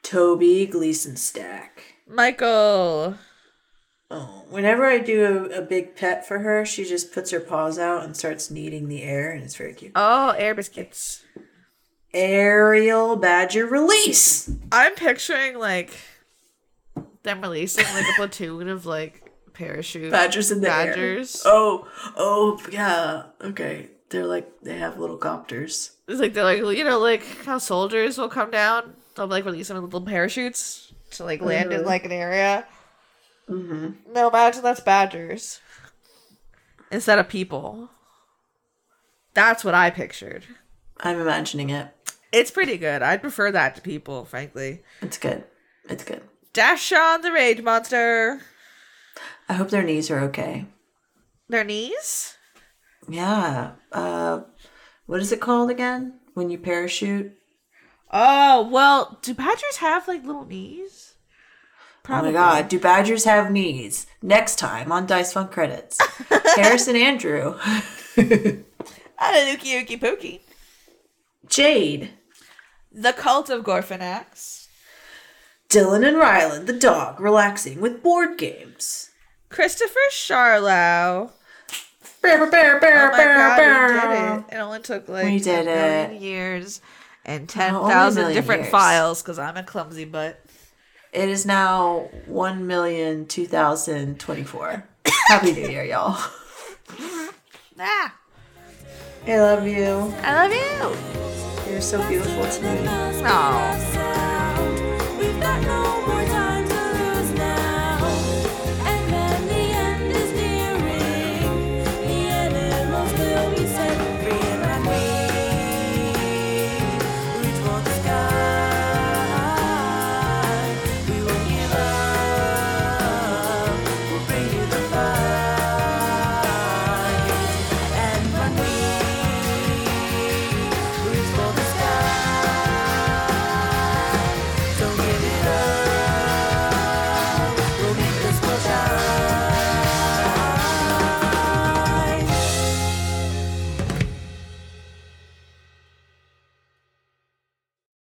B: Toby Gleason Stack.
A: Michael.
B: Oh, whenever I do a, a big pet for her, she just puts her paws out and starts kneading the air, and it's very cute.
A: Oh, air biscuits.
B: Aerial Badger Release.
A: I'm picturing like them releasing like a platoon of like parachute
B: Badgers in the
A: Badgers.
B: air. Oh, oh, yeah. Okay. They're like, they have little copters.
A: It's like they're like you know like how soldiers will come down. They'll like release them in little parachutes to like land in like an area. Mm-hmm. No, imagine that's badgers instead of people. That's what I pictured.
B: I'm imagining it.
A: It's pretty good. I'd prefer that to people, frankly.
B: It's good. It's good.
A: Dash on the rage monster.
B: I hope their knees are okay.
A: Their knees.
B: Yeah. Uh, what is it called again? When you parachute?
A: Oh well, do badgers have like little knees?
B: Oh my god, do badgers have knees? Next time on Dice Fun Credits. Harrison Andrew.
A: Anuki Uki Pookie.
B: Jade.
A: The Cult of Gorfanax.
B: Dylan and Ryland, the dog, relaxing with board games.
A: Christopher Charlow.
B: Bear, bear,
A: Oh
B: bear,
A: my
B: bear,
A: god,
B: bear.
A: we did it. It only took like
B: We did
A: a million
B: it. Oh,
A: years and
B: only a
A: 10,000
B: million
A: different
B: years.
A: files because I'm a clumsy butt.
B: It is now 1,2024. Happy New Year, y'all.
A: Ah,
B: I love you.
A: I love you.
B: You're so beautiful to me.
A: Aw.